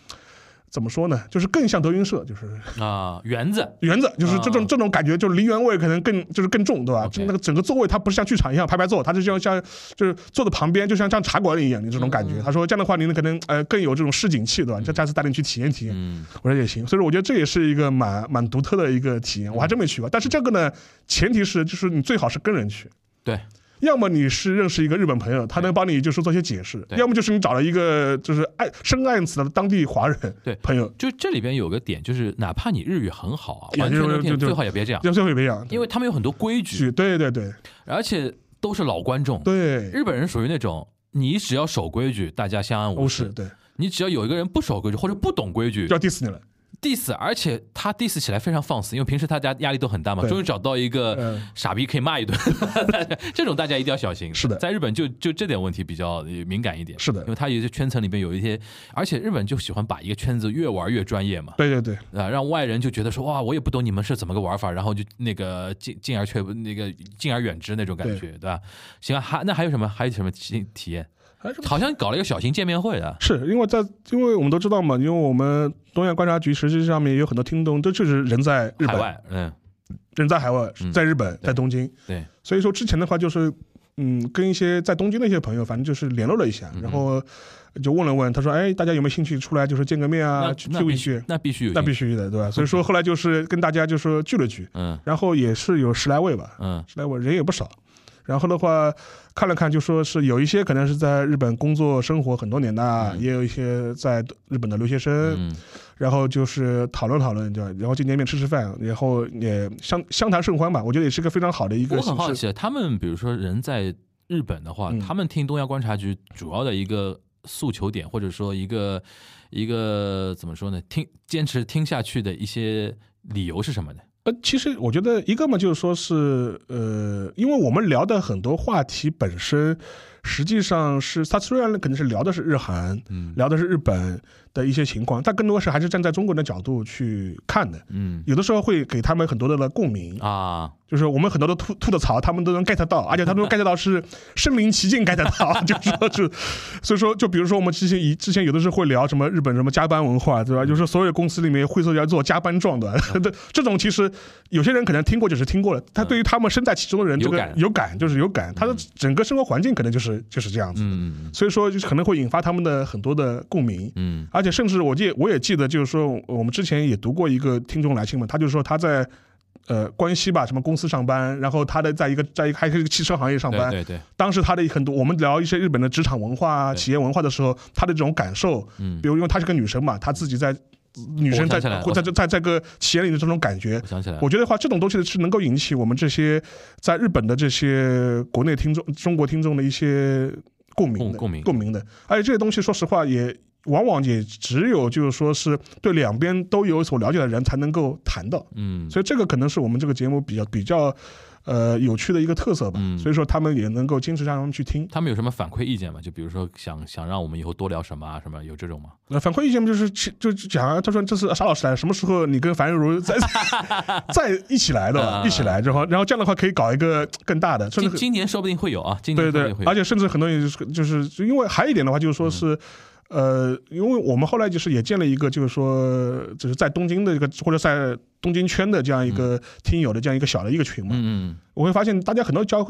Speaker 4: 怎么说呢，就是更像德云社，就是
Speaker 5: 啊，园子，
Speaker 4: 园子，就是这种、
Speaker 5: 啊
Speaker 4: 这种感觉，就是梨园味可能更就是更重，对吧？
Speaker 5: OK
Speaker 4: 就那个整个座位它不是像剧场一样排排坐，它是像像就是坐的旁边，就像像茶馆里一样，你这种感
Speaker 5: 嗯
Speaker 4: 觉。他说这样的话，您可能呃更有这种市井气，对吧？这下次带你去体验体验，
Speaker 5: 嗯
Speaker 4: 我说也行。所以说我觉得这也是一个蛮蛮独特的一个
Speaker 5: 嗯
Speaker 4: 体验，我还真没去过。但是这个呢，前提是就是你最好是跟人去。
Speaker 5: 对，
Speaker 4: 要么你是认识一个日本朋友，他能帮你就是做些解释；
Speaker 5: 对
Speaker 4: 要么就是你找了一个就是爱深爱此的当地华人
Speaker 5: 对
Speaker 4: 朋友，
Speaker 5: 就这里边有个点，就是哪怕你日语很好啊，
Speaker 4: 也
Speaker 5: 完全
Speaker 4: 就
Speaker 5: 能
Speaker 4: 就
Speaker 5: 听，
Speaker 4: 就
Speaker 5: 最好也别这样，
Speaker 4: 要最后也别讲，
Speaker 5: 因为他们有很多规矩，
Speaker 4: 举对对对
Speaker 5: 而且都是老观众。
Speaker 4: 对，
Speaker 5: 日本人属于那种，你只要守规矩，大家相安
Speaker 4: 欧
Speaker 5: 无
Speaker 4: 式
Speaker 5: 事；
Speaker 4: 对，
Speaker 5: 你只要有一个人不守规矩或者不懂规矩
Speaker 4: 就要 diss 你了。
Speaker 5: ，diss，而且他 diss 起来非常放肆，因为平时大家压力都很大嘛，
Speaker 4: 对
Speaker 5: 终于找到一个
Speaker 4: 嗯
Speaker 5: 傻逼可以骂一顿， 这种大家一定要小心。
Speaker 4: 是的
Speaker 5: 在日本就就这点问题比较敏感一点，
Speaker 4: 是的
Speaker 5: 因为他有些圈层里面有一些，而且日本就喜欢把一个圈子越玩越专业嘛，
Speaker 4: 对对对，
Speaker 5: 啊，让外人就觉得说哇，我也不懂你们是怎么个玩法，然后就那个敬敬而却步，那个敬而远之那种感觉，对吧？行啊，还那还有什么？还有什么体体验？
Speaker 4: 还有什么
Speaker 5: 好像搞了一个小型见面会啊，
Speaker 4: 是因为在，因为我们都知道嘛，因为我们东亚观察局实际上面也有很多听众，都就是人在日
Speaker 5: 海
Speaker 4: 本，
Speaker 5: 外，嗯，
Speaker 4: 人在海外，
Speaker 5: 嗯
Speaker 4: 在日本，在东京。
Speaker 5: 对，
Speaker 4: 所以说之前的话就是，嗯，跟一些在东京的一些朋友，反正就是联络了一下，
Speaker 5: 嗯
Speaker 4: 然后就问了问，他说，哎，大家有没有兴趣出来就是见个面啊，
Speaker 5: 那
Speaker 4: 聚
Speaker 5: 那
Speaker 4: 聚
Speaker 5: 必
Speaker 4: 一聚
Speaker 5: 须，？那必须有，
Speaker 4: 那必，须的，对吧？所以说后来就是跟大家就说聚了聚，
Speaker 5: 嗯
Speaker 4: 然后也是有十来位吧，
Speaker 5: 嗯
Speaker 4: 十来位人也不少。然后的话，看了看，就说是有一些可能是在日本工作生活很多年的啊，也有一些在日本的留学生，
Speaker 5: 嗯，
Speaker 4: 然后就是讨论讨论，对吧？然后见见面吃吃饭，然后也相相谈甚欢吧。我觉得也是个非常好的一个
Speaker 5: 我很好
Speaker 4: 形式。
Speaker 5: 奇，啊他们比如说人在日本的话，
Speaker 4: 嗯
Speaker 5: 他们听东亚观察局主要的一个诉求点，或者说一个一个怎么说呢？听坚持听下去的一些理由是什么呢？
Speaker 4: 呃，其实我觉得一个嘛，就是说是呃，因为我们聊的很多话题本身，实际上是它虽然肯定是聊的是日韩，
Speaker 5: 嗯
Speaker 4: 聊的是日本的一些情况，但更多是还是站在中国人的角度去看的。
Speaker 5: 嗯
Speaker 4: 有的时候会给他们很多的共鸣，
Speaker 5: 啊，
Speaker 4: 就是我们很多的吐吐的槽，他们都能 get 到，而且他们 get 到是身临其境 get 到， 就是说是，所以说就比如说我们之前以之前有的时候会聊什么日本什么加班文化，对
Speaker 5: 嗯
Speaker 4: 吧？就是所有公司里面会说要做加班状的，对 这种其实有些人可能听过只是听过了，他对于他们身在其中的人，
Speaker 5: 有
Speaker 4: 这个
Speaker 5: 感
Speaker 4: 有感就是有感，他的整个生活环境可能就是就是这样子，
Speaker 5: 嗯
Speaker 4: 所以说就是可能会引发他们的很多的共鸣。
Speaker 5: 嗯
Speaker 4: 而且甚至我记我也记得，就是说我们之前也读过一个听众来信嘛，他就说他在呃关西吧什么公司上班，然后他的在一个在一个还是一个汽车行业上班，
Speaker 5: 对对对，
Speaker 4: 当时他的很多我们聊一些日本的职场文化啊、
Speaker 5: 对
Speaker 4: 企业文化的时候，他的这种感受，
Speaker 5: 嗯
Speaker 4: 比，如因为她是个女生嘛，她自己在女生在
Speaker 5: 我想起来了
Speaker 4: 或在在在这个企业里的这种感觉
Speaker 5: 我。想起来了，
Speaker 4: 我觉得话，这种东西是能够引起我们这些在日本的这些国内听众、中国听众的一些共鸣的
Speaker 5: 共共鸣
Speaker 4: 共鸣的。而且这些东西，说实话也。往往也只有就是说是对两边都有所了解的人才能够谈到，
Speaker 5: 嗯
Speaker 4: 所以这个可能是我们这个节目比较比较，呃有趣的一个特色吧。
Speaker 5: 嗯
Speaker 4: 所以说他们也能够坚持让他们去听。
Speaker 5: 他们有什么反馈意见吗？就比如说想想让我们以后多聊什么啊，什么有这种吗？
Speaker 4: 那反馈意见不就是去就就讲啊，他说这是沙老师来，什么时候你跟樊玉茹 再再一起来的啊吧，
Speaker 5: 嗯嗯嗯
Speaker 4: 一起来，然后然后这样的话可以搞一个更大的，甚
Speaker 5: 今
Speaker 4: 至
Speaker 5: 今年说不定会有啊，今
Speaker 4: 对
Speaker 5: 年说不
Speaker 4: 对
Speaker 5: 定会，嗯有
Speaker 4: 而且甚至很多人就是就是因为还有一点的话，就是说是。呃，因为我们后来就是也建了一个，就是说，就是在东京的一个或者在东京圈的这样一个听友的这样一个小的一个群嘛，
Speaker 5: 嗯嗯
Speaker 4: 我会发现大家很多交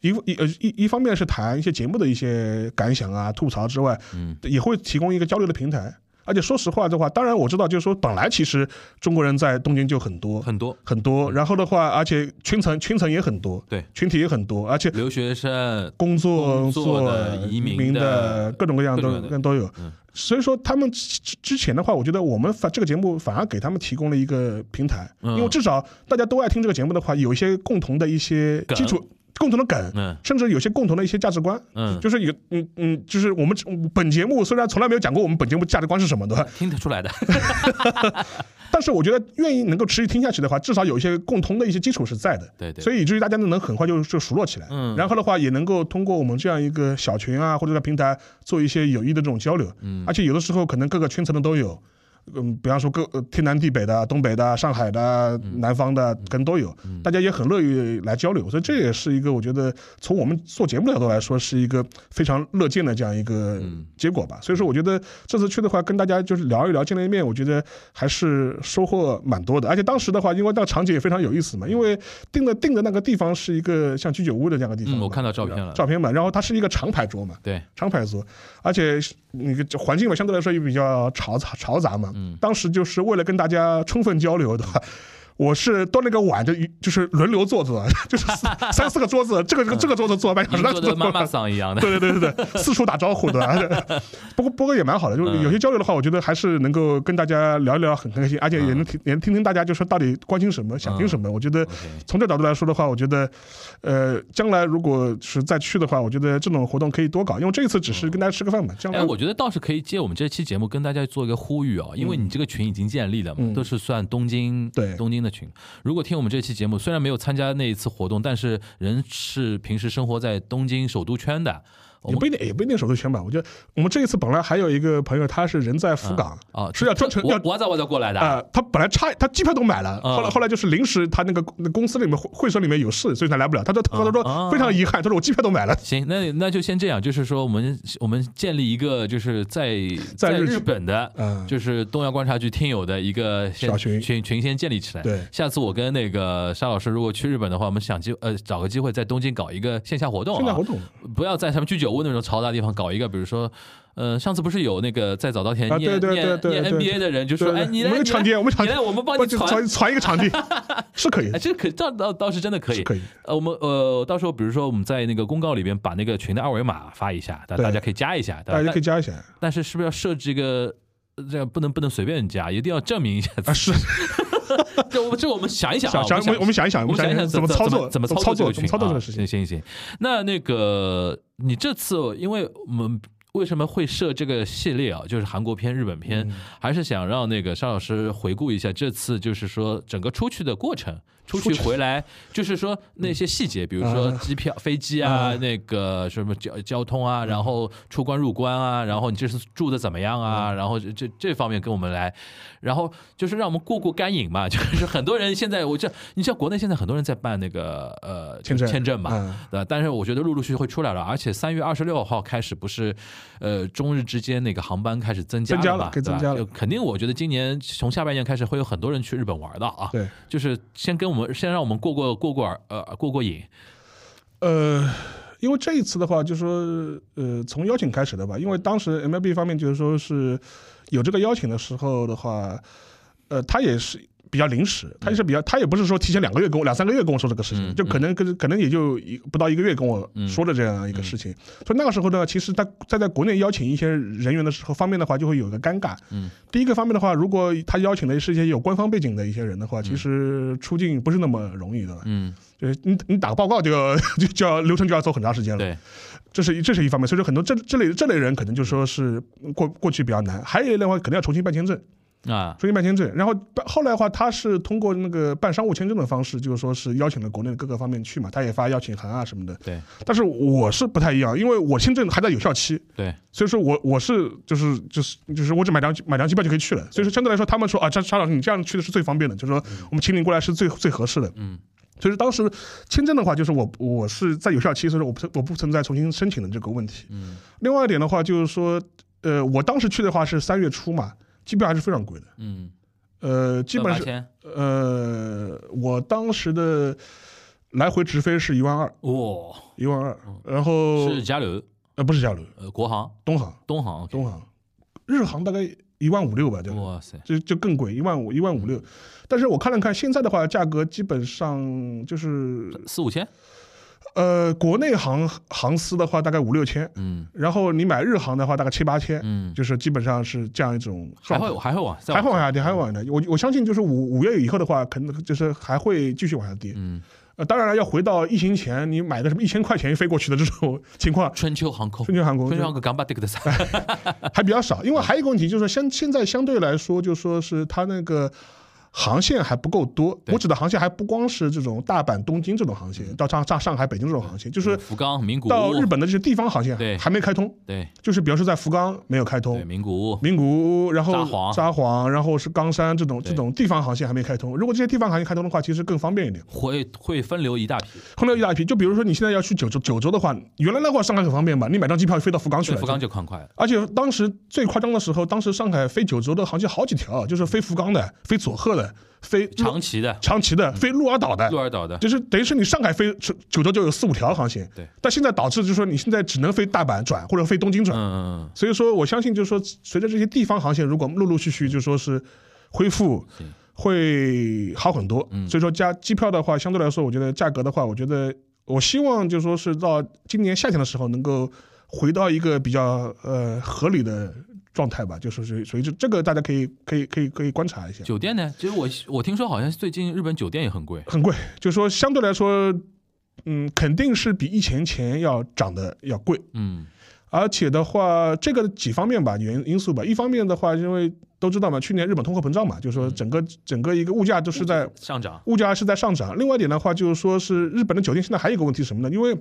Speaker 4: 一一呃一一方面是谈一些节目的一些感想啊、吐槽之外，
Speaker 5: 嗯
Speaker 4: 也会提供一个交流的平台。而且说实话的话，当然我知道，就是说本来其实中国人在东京就很多
Speaker 5: 嗯很多
Speaker 4: 很多，然后的话，而且群层群层也很多，
Speaker 5: 对
Speaker 4: 群体也很多，而且
Speaker 5: 留学生，
Speaker 4: 工作、
Speaker 5: 工作的
Speaker 4: 做
Speaker 5: 移
Speaker 4: 移
Speaker 5: 民
Speaker 4: 民
Speaker 5: 的嗯
Speaker 4: 各种各样
Speaker 5: 各
Speaker 4: 都
Speaker 5: 种各样的
Speaker 4: 都有。所以说，他们之之之前的话，我觉得我们反这个节目反而给他们提供了一个平台，
Speaker 5: 嗯
Speaker 4: 因为至少大家都爱听这个节目的话，有一些共同的一些
Speaker 5: 梗
Speaker 4: 基础、共同的梗，
Speaker 5: 嗯
Speaker 4: 甚至有些共同的一些价值观。
Speaker 5: 嗯，
Speaker 4: 就是有，嗯嗯，就是我们本节目虽然从来没有讲过我们本节目价值观是什么的，
Speaker 5: 听得出来的，
Speaker 4: 但是我觉得愿意能够持续听下去的话，至少有一些共同的一些基础是在的。
Speaker 5: 对对
Speaker 4: 所以以至于大家能很快就就熟络起来。
Speaker 5: 嗯
Speaker 4: 然后的话也能够通过我们这样一个小群啊，或者在平台做一些有益的这种交流。嗯，而且有的时候可能各个圈层的都有。嗯，比方说各呃天南地北的、东北的、上海的、
Speaker 5: 嗯
Speaker 4: 南方的，可能都有，大家也很乐于来交流，所以这也是一个我觉得从我们做节目的角度来说，是一个非常乐见的这样一个
Speaker 5: 嗯
Speaker 4: 结果吧。所以说，我觉得这次去的话，跟大家就是聊一聊、见了一面，我觉得还是收获蛮多的。而且当时的话，因为那个场景也非常有意思
Speaker 5: 嗯
Speaker 4: 嘛，因为定的定的那个地方是一个像居酒屋的这样一个地方嘛、
Speaker 5: 嗯我看到照片了
Speaker 4: 照片嘛，然后它是一个长牌桌嘛，
Speaker 5: 对，
Speaker 4: 长牌桌，而且是那个环境嘛，相对来说也比较嘈杂嘈杂嘛。
Speaker 5: 嗯
Speaker 4: 当时就是为了跟大家充分交流的话。 我是端了个碗，就一就是轮流坐坐， 就是四三四个桌子，这个这个这个桌子坐半小时，那个
Speaker 5: 做
Speaker 4: 桌
Speaker 5: 的
Speaker 4: 子
Speaker 5: 妈
Speaker 4: 坐
Speaker 5: 妈
Speaker 4: 半
Speaker 5: 桑一样的，
Speaker 4: 对对对对对，四处打招呼的。 不过不过也蛮好的，就是
Speaker 5: 嗯
Speaker 4: 有些交流的话，我觉得还是能够跟大家聊一聊，很开心，而且也
Speaker 5: 嗯
Speaker 4: 能听也能听听大家就说到底关心什么，想听什么。我觉得从这角度来说的话，我觉得呃，将来如果是再去的话，我觉得这种活动可以多搞，因为这一次只是跟大家吃个饭嘛，将来
Speaker 5: 哎，我觉得倒是可以借我们这期节目跟大家做一个呼吁哦，因为你这个群已经建立了嘛，都是算东京
Speaker 4: 嗯对
Speaker 5: 东京的群。如果听我们这期节目，虽然没有参加那一次活动，但是人是平时生活在东京首都圈的。我
Speaker 4: 也
Speaker 5: 们
Speaker 4: 不一定也不一定手头全吧。我觉得我们这一次本来还有一个朋友，他是人在福冈
Speaker 5: 啊，
Speaker 4: 是要专程要
Speaker 5: 我我咋我咋过来的
Speaker 4: 啊、
Speaker 5: 啊？
Speaker 4: 他本来差，他机票都买了，
Speaker 5: 嗯
Speaker 4: 后来后来就是临时他那个那公司里面会会所里面有事，所以他来不了。他说他说他
Speaker 5: 啊
Speaker 4: 说非常遗憾，他说我机票都买了。
Speaker 5: 行，那那就先这样，就是说我们我们建立一个就是在
Speaker 4: 在日
Speaker 5: 日本的，
Speaker 4: 嗯
Speaker 5: 就是东亚观察局听友的一个先
Speaker 4: 小群
Speaker 5: 群群先建立起来。
Speaker 4: 对
Speaker 5: 下次我跟那个沙老师如果去日本的话，我们想机呃找个机会在东京搞一个线下活动、啊，
Speaker 4: 现在活动
Speaker 5: 不要在什么居酒屋那种嘈杂地方搞一个，比如说，呃，上次不是有那个在早稻田
Speaker 4: 啊
Speaker 5: 念
Speaker 4: 对对
Speaker 5: 念
Speaker 4: 对对
Speaker 5: 念
Speaker 4: 对
Speaker 5: NBA 的人就说，
Speaker 4: 对
Speaker 5: 哎，你
Speaker 4: 我
Speaker 5: 来，
Speaker 4: 们有
Speaker 5: 你
Speaker 4: 场地，
Speaker 5: 来
Speaker 4: 我们场
Speaker 5: 你
Speaker 4: 地，
Speaker 5: 来，我们帮你
Speaker 4: 就
Speaker 5: 传。
Speaker 4: 传一个 场地，是可以
Speaker 5: 哎，
Speaker 4: 的，
Speaker 5: 这可倒倒倒是真的可以，
Speaker 4: 是可以。
Speaker 5: 呃，我们呃，到时候比如说我们在那个公告里边把那个群的二维码发一下，大
Speaker 4: 对
Speaker 5: 大家可以加一下，
Speaker 4: 大家可以
Speaker 5: 以。
Speaker 4: 加一下
Speaker 5: 但是是不是要设置一个？呃这样不能不能随便加，一定要证明一下。
Speaker 4: 啊。 是，
Speaker 5: 这我们这我们想一想啊，
Speaker 4: 想想我们我们想一想，
Speaker 5: 我们想
Speaker 4: 一
Speaker 5: 一想
Speaker 4: 想怎么操作，
Speaker 5: 怎么
Speaker 4: 操
Speaker 5: 作
Speaker 4: 作，怎么操作这个事情。
Speaker 5: 行行行，那那个你这次，因为我们为什么会设这个系列啊？就是韩国片、日本
Speaker 4: 嗯
Speaker 5: 片，还是想让那个沙老师回顾一下这次，就是说整个出去的过程。出去回来，就是说那些细节，比如说
Speaker 4: 啊
Speaker 5: 机票、飞机啊，那个什么交交通
Speaker 4: 嗯
Speaker 5: 啊，然后出关入关啊，然后你这次住的怎么样啊，
Speaker 4: 嗯
Speaker 5: 然后这这这方面跟我们来然后就是让我们过过干瘾嘛，就是很多人现在我这，你像国内现在很多人在办那个呃
Speaker 4: 签证
Speaker 5: 签证嘛，
Speaker 4: 嗯
Speaker 5: 对呃吧？但是我觉得陆陆续续会出来了，而且三月二十六号开始不是，呃，中日之间那个航班开始增加
Speaker 4: 增加
Speaker 5: 嘛，
Speaker 4: 了可以
Speaker 5: 对吧
Speaker 4: 增加了
Speaker 5: 就肯定我觉得今年从下半年开始会有很多人去日本玩的啊，
Speaker 4: 对，
Speaker 5: 就是先跟我们先让我们过过过过呃过过瘾，
Speaker 4: 呃，因为这一次的话，就说呃，从邀请开始的吧，因为当时 MLB 方面就是说是有这个邀请的时候的话，呃，他也是。比较临时，他也是比较，他也不是说提前两个月跟我两三个月跟我说这个事情，就可能跟可能也就一不到一个月跟我说的这样一个事情，所以那个时候呢，其实在在在国内邀请一些人员的时候方面的话，就会有一个尴尬。嗯，第一个方面的话，如果他邀请的是一些有官方背景的一些人的话，其实出境不是那么容易的。
Speaker 5: 嗯，
Speaker 4: 就是你你打个报告就要 就就要流程就要走很长时间了，
Speaker 5: 对，
Speaker 4: 这是一这是一方面，所以说很多这这类这类人可能就说是过过去比较难，还有一类的话可能要重新办签证，
Speaker 5: 啊，
Speaker 4: 重新办签证，然后办后来的话他是通过那个办商务签证的方式，就是说是邀请了国内的各个方面去嘛，他也发邀请函啊什么的，
Speaker 5: 对
Speaker 4: 但是我是不太一样，因为我签证还在有效期，
Speaker 5: 对，
Speaker 4: 所以说我我是就是就是就是我只买张买张机票就可以去了，所以说相对来说他们说啊，张沙老师你这样去的是最方便的，就是说我们请你过来是最最合适的，嗯。所以说当时签证的话，就是我我是在有效期，所以说我不我不存在重新申请的这个问题。嗯。另外一点的话，就是说，呃，我当时去的话是三月初嘛，机票还是非常贵的。
Speaker 5: 嗯，
Speaker 4: 呃，基本
Speaker 5: 万八
Speaker 4: 是
Speaker 5: 千
Speaker 4: 呃，我当时的来回直飞是一万二，
Speaker 5: 哇，
Speaker 4: 一万二，然后
Speaker 5: 是加流
Speaker 4: 呃不是交流，
Speaker 5: 呃国航
Speaker 4: 东航。
Speaker 5: 东航，OK，
Speaker 4: 东航、日航大概一万五六吧，就是
Speaker 5: 哇塞，
Speaker 4: 就就更贵，一万五一万五六。但是我看了看现在的话，价格基本上就是
Speaker 5: 四五千，
Speaker 4: 呃，国内航航司的话大概五六千，
Speaker 5: 嗯
Speaker 4: 然后你买日航的话大概七八千，
Speaker 5: 嗯，
Speaker 4: 就是基本上是这样一种
Speaker 5: 还
Speaker 4: 状态
Speaker 5: 会。还会往再
Speaker 4: 还会往
Speaker 5: 下，
Speaker 4: 下跌，还会往下跌。我我相信就是五五月以后的话，可能就是还会继续往下跌。
Speaker 5: 嗯，
Speaker 4: 呃，当然了，要回到疫情前你买个什么一千块钱飞过去的这种 情 况，
Speaker 5: 春秋航空
Speaker 4: 春，秋航空
Speaker 5: 春
Speaker 4: 就
Speaker 5: 秋航空頑張ってくださ い。
Speaker 4: 还比较少。因为还有一个问题就是说，相现在相对来说，就说是它那个。航线还不够多，
Speaker 5: 对
Speaker 4: 我指的航线还不光是这种大阪、东京这种航线，到上上上海、北京这种航线，就是
Speaker 5: 福冈、名嗯古
Speaker 4: 到
Speaker 5: 屋，
Speaker 4: 日本的这些地方航线
Speaker 5: 对
Speaker 4: 还没开通，
Speaker 5: 对
Speaker 4: 就是比方说在福冈没有开通
Speaker 5: 对，名古屋，
Speaker 4: 哦名古屋，然后
Speaker 5: 札幌
Speaker 4: 札幌然后是冈山这种
Speaker 5: 对
Speaker 4: 这种地方航线还没开通。如果这些地方航线开通的话，其实更方便一点，
Speaker 5: 会会分流一大批，
Speaker 4: 空流一大批。就比如说你现在要去九州，九州的话，原来的话上海很方便吧，你买张机票飞到福冈去
Speaker 5: 对
Speaker 4: 了。
Speaker 5: 福冈就快快了。
Speaker 4: 而且当时最夸张的时候，当时上海飞九州的航线好几条，就是飞福冈的、飞佐贺的、飞鹿
Speaker 5: 长崎的、
Speaker 4: 长崎的、飞鹿儿岛的
Speaker 5: 鹿。儿岛的，
Speaker 4: 就是等于是你上海飞九九州就有四五条航线，
Speaker 5: 对
Speaker 4: 但现在导致就是说你现在只能飞大阪转或者飞东京转，
Speaker 5: 嗯嗯
Speaker 4: 所以说，我相信就是说，随着这些地方航线如果陆陆续续就说是恢复
Speaker 5: 是，
Speaker 4: 会好很多。
Speaker 5: 嗯
Speaker 4: 所以说加机票的话，相对来说，我觉得价格的话，我觉得呃我希望就说是到今年夏天的时候能够回到一个比较呃合理的状态吧，就是属于属于这这个大家可以可以可以可以观察一下
Speaker 5: 嗯。。酒店呢？其实我我听说好像最近日本酒店也很贵，
Speaker 4: 很贵，就说相对来说，嗯，肯定是比疫情前要涨的要贵。
Speaker 5: 嗯，
Speaker 4: 而且的话，这个几方面吧，原因素吧。一方面的话，因为都知道嘛，去年日本通货膨胀嘛，就是说整个整个一个物价都是在
Speaker 5: 上涨，
Speaker 4: 物价是在上涨。另外一点的话，就是说是日本的酒店现在还有一个问题是什么呢？因为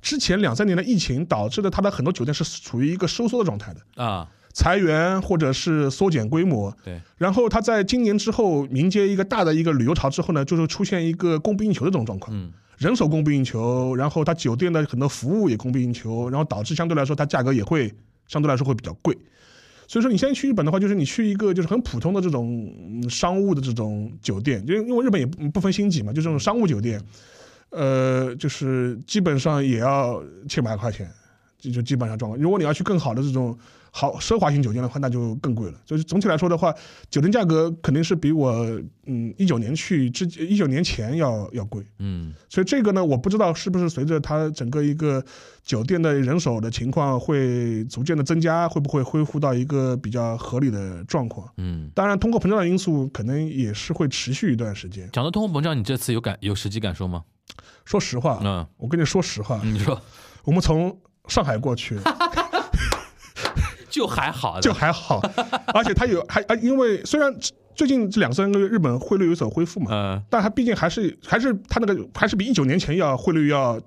Speaker 4: 之前两三年的疫情导致的，它的很多酒店是处于一个收缩的状态的，
Speaker 5: 啊，
Speaker 4: 裁员或者是缩减规模。
Speaker 5: 对，
Speaker 4: 然后它在今年之后迎接一个大的一个旅游潮之后呢，就是出现一个供不应求的这种状况。
Speaker 5: 嗯，
Speaker 4: 人手供不应求，然后它酒店的很多服务也供不应求，然后导致相对来说它价格也会相对来说会比较贵。所以说你现在去日本的话，就是你去一个就是很普通的这种嗯商务的这种酒店，就因为日本也不不分星级嘛，
Speaker 5: 嗯
Speaker 4: 就这种商务酒店，呃，就是基本上也要七百块钱，就就基本上状况。如果你要去更好的这种好奢华型酒店的话，那就更贵了。所以总体来说的话，酒店价格肯定是比我嗯一九年去之一九年前要要贵。
Speaker 5: 嗯，
Speaker 4: 所以这个呢，我不知道是不是随着它整个一个酒店的人手的情况会逐渐的增加，会不会恢复到一个比较合理的状况？
Speaker 5: 嗯。
Speaker 4: 当然，通货膨胀的因素可能也是会持续一段时间。
Speaker 5: 讲到通货膨胀，你这次有感有实际感受吗？
Speaker 4: 说实话，
Speaker 5: 嗯，
Speaker 4: 我跟你说实话，
Speaker 5: 你说
Speaker 4: 我们从上海过去
Speaker 5: 就还好的，
Speaker 4: 就还好，而且它有还啊，因为虽然最近这两三个月日本汇率有所恢复嘛，
Speaker 5: 呃
Speaker 4: 但它毕竟还是还是它那个还是比一九年前要汇率要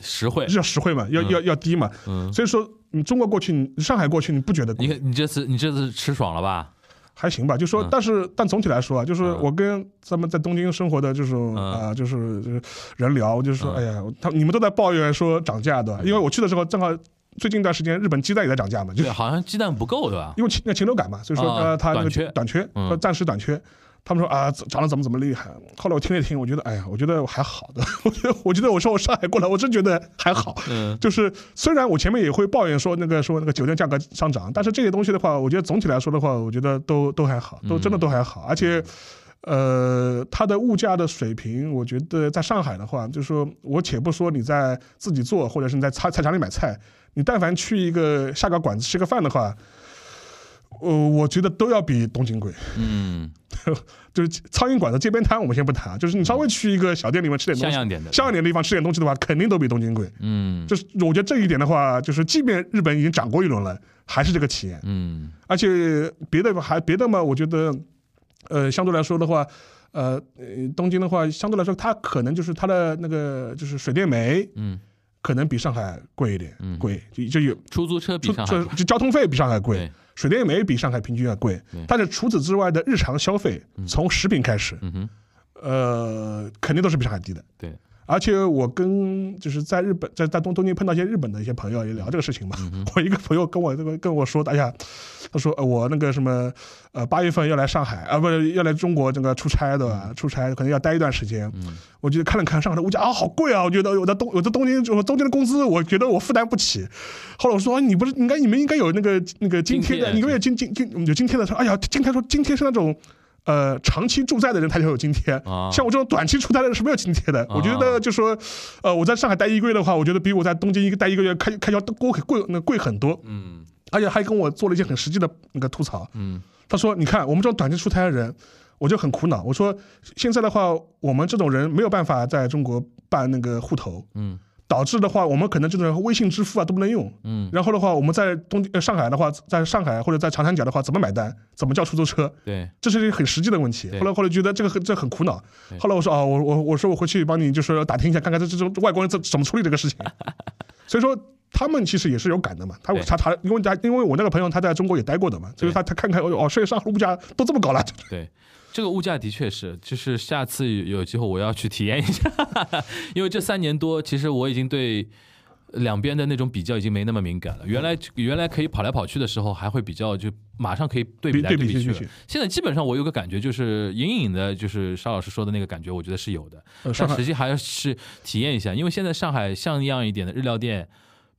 Speaker 5: 实惠。
Speaker 4: 要实惠嘛，要要要低嘛，
Speaker 5: 嗯，
Speaker 4: 所以说你中国过去，你上海过去，你不觉得贵
Speaker 5: 你看你这次你这次吃爽了吧？
Speaker 4: 还行吧？就说
Speaker 5: 嗯，
Speaker 4: 但是但总体来说啊，就是
Speaker 5: 嗯
Speaker 4: 我跟咱们在东京生活的这种
Speaker 5: 嗯
Speaker 4: 啊，就是就是人聊，我就说，
Speaker 5: 嗯
Speaker 4: 哎呀，他你们都在抱怨说涨价对吧？因为我去的时候正好最近一段时间日本鸡蛋也在涨价嘛，就
Speaker 5: 对，啊
Speaker 4: 是
Speaker 5: 好像鸡蛋不够对吧？
Speaker 4: 因为禽那禽流感嘛，所以说
Speaker 5: 啊
Speaker 4: 呃它那个
Speaker 5: 短缺
Speaker 4: 短缺，
Speaker 5: 嗯
Speaker 4: 它暂时短缺。他们说啊，涨了怎么怎么厉害？后来我听了听，我觉得，哎呀，我觉得还好的， 我觉得，我觉得我说我上海过来，我真觉得还好。
Speaker 5: 嗯，
Speaker 4: 就是虽然我前面也会抱怨说那个说那个酒店价格上涨，但是这些东西的话，我觉得总体来说的话，我觉得都都还
Speaker 5: 嗯
Speaker 4: 好，都真的都还好，而且。呃，它的物价的水平，我觉得在上海的话，就是说我且不说你在自己做，或者是你在菜菜场里买菜，你但凡去一个下个馆子吃个饭的话，呃，我觉得都要比东京贵。
Speaker 5: 嗯，
Speaker 4: 就是苍蝇馆子、街边摊，我们先不谈，就是你稍微去一个小店里面吃点东
Speaker 5: 像
Speaker 4: 西，
Speaker 5: 样点的，
Speaker 4: 像一点的地方吃点东西的话，肯定都比东京贵。
Speaker 5: 嗯
Speaker 4: 就是我觉得这一点的话，就是即便日本已经涨过一轮了，还是这个体验。
Speaker 5: 嗯
Speaker 4: 而且别的还别的嘛，我觉得，呃，相对来说的话，呃，呃东京的话，相对来说，它可能就是它的那个就是水电煤
Speaker 5: 嗯，
Speaker 4: 可能比上海贵一点，
Speaker 5: 嗯
Speaker 4: 贵就就有
Speaker 5: 出租车比上海
Speaker 4: 就就交通费比上海贵
Speaker 5: 对，
Speaker 4: 水电煤比上海平均要贵
Speaker 5: 对。嗯
Speaker 4: 但是除此之外的日常消费，从食品开始，
Speaker 5: 嗯哼，
Speaker 4: 呃，肯定都是比上海低的。
Speaker 5: 对，
Speaker 4: 而且我跟就是在日本在在东东京碰到一些日本的一些朋友也聊这个事情
Speaker 5: 嗯
Speaker 4: 嘛。 我一个朋友跟我这个跟我说，哎呀，他说、呃我那个什么呃八月份要来上海啊，不是要来中国这个出差的吧，出差可能要待一段时间。我就看了看上海的物价啊，好贵啊！我觉得我在东我在东京我东京的工资，我觉得我负担不起。后来我说啊你不是应该你们应该有那个那个津贴
Speaker 5: 津
Speaker 4: 的，
Speaker 5: 贴
Speaker 4: 你们有津津津有津贴的。说哎呀，津贴说津贴是那种。呃，长期住在的人他就有津贴，
Speaker 5: 啊
Speaker 4: 像我这种短期出差的人是没有津贴的。我觉得就说，呃，我在上海待一个月的话，我觉得比我在东京一个待一个月开开销都贵贵那贵很多。
Speaker 5: 嗯
Speaker 4: 而且还跟我做了一些很实际的那个吐槽。
Speaker 5: 嗯
Speaker 4: 他说：“你看，我们这种短期出差的人，我就很苦恼。我说，现在的话，我们这种人没有办法在中国办那个户头，
Speaker 5: 嗯，
Speaker 4: 导致的话，我们可能这种微信支付啊都不能用，
Speaker 5: 嗯，
Speaker 4: 然后的话，我们在东呃上海的话，在上海或者在长三角的话，怎么买单？怎么叫出租车？
Speaker 5: 对，
Speaker 4: 这是一个很实际的问题。
Speaker 5: 对
Speaker 4: 后来后来觉得这个很这很苦恼
Speaker 5: 对。
Speaker 4: 后来我说啊，我我我说我回去帮你就是打听一下，看看这这这外国人怎怎么处理这个事 情。所以说他们其实也是有感的嘛。他
Speaker 5: 对
Speaker 4: 他他，因为他因为我那个朋友他在中国也待过的嘛，所以他他看看哦，所以上海物价都这么高了。
Speaker 5: 对，啊这个物价的确是，就是下次有有机会我要去体验一下， 因为这三年多，其实我已经对两边的那种比较已经没那么敏感了。原来原来可以跑来跑去的时候，还会比较就马上可以对比
Speaker 4: 比
Speaker 5: 来
Speaker 4: 对比
Speaker 5: 比去
Speaker 4: 进
Speaker 5: 了
Speaker 4: 去。
Speaker 5: 现在基本上我有个感觉，就是隐隐的，就是沙老师说的那个感觉，我觉得是有的，
Speaker 4: 呃上
Speaker 5: 但
Speaker 4: 海
Speaker 5: 实际还是体验一下，因为现在上海像样一点的日料店，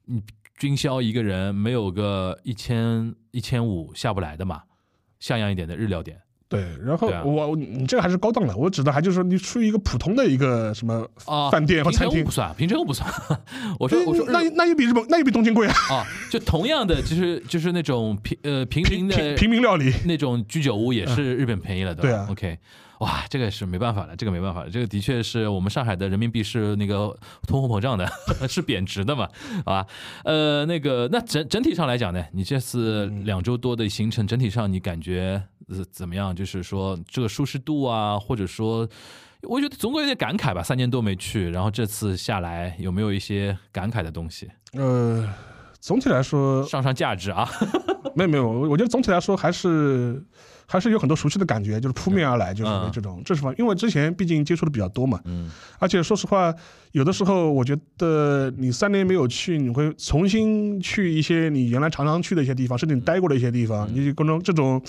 Speaker 5: 你均销一个人没有个一千一千五下不来的嘛。像样一点的日料店，
Speaker 4: 对，然后
Speaker 5: 对啊
Speaker 4: 我我你这个还是高档了，我指的还就是说你出于一个普通的一个什么
Speaker 5: 啊，
Speaker 4: 饭店和
Speaker 5: 平
Speaker 4: 餐
Speaker 5: 成屋
Speaker 4: 厅
Speaker 5: 不。算，平成屋不算。 我说
Speaker 4: 对
Speaker 5: 我说，
Speaker 4: 那那也比日本那也比东京贵啊，
Speaker 5: 啊，就同样的，就是就是那种平呃平
Speaker 4: 平
Speaker 5: 民
Speaker 4: 平
Speaker 5: 的
Speaker 4: 平民料理。
Speaker 5: 那种居酒屋也是日本便宜了，
Speaker 4: 嗯对
Speaker 5: 吧
Speaker 4: 啊
Speaker 5: ？OK，哇，这个是没办法了，这个没办法了，这个的确是我们上海的人民币是那个通货膨胀的， 是贬值的嘛，啊，呃，那个那整整体上来讲呢，你这次
Speaker 4: 嗯
Speaker 5: 两周多的行程，整体上你感觉呃怎么样？就是说这个舒适度啊，或者说。我觉得总归有点感慨吧，三年多没去，然后这次下来有没有一些感慨的东西？
Speaker 4: 呃，总体来说，
Speaker 5: 上上价值啊，
Speaker 4: 呃没有没有，我我觉得总体来说还是还是有很多熟悉的感觉，就是扑面而来，就是
Speaker 5: 嗯
Speaker 4: 这种、这是方，因为之前毕竟接触的比较多嘛，
Speaker 5: 嗯，
Speaker 4: 而且说实话，有的时候我觉得你三年没有去，你会重新去一些你原来常常去的一些地方，甚至你待过的一些地方，
Speaker 5: 嗯
Speaker 4: 你就各种这种。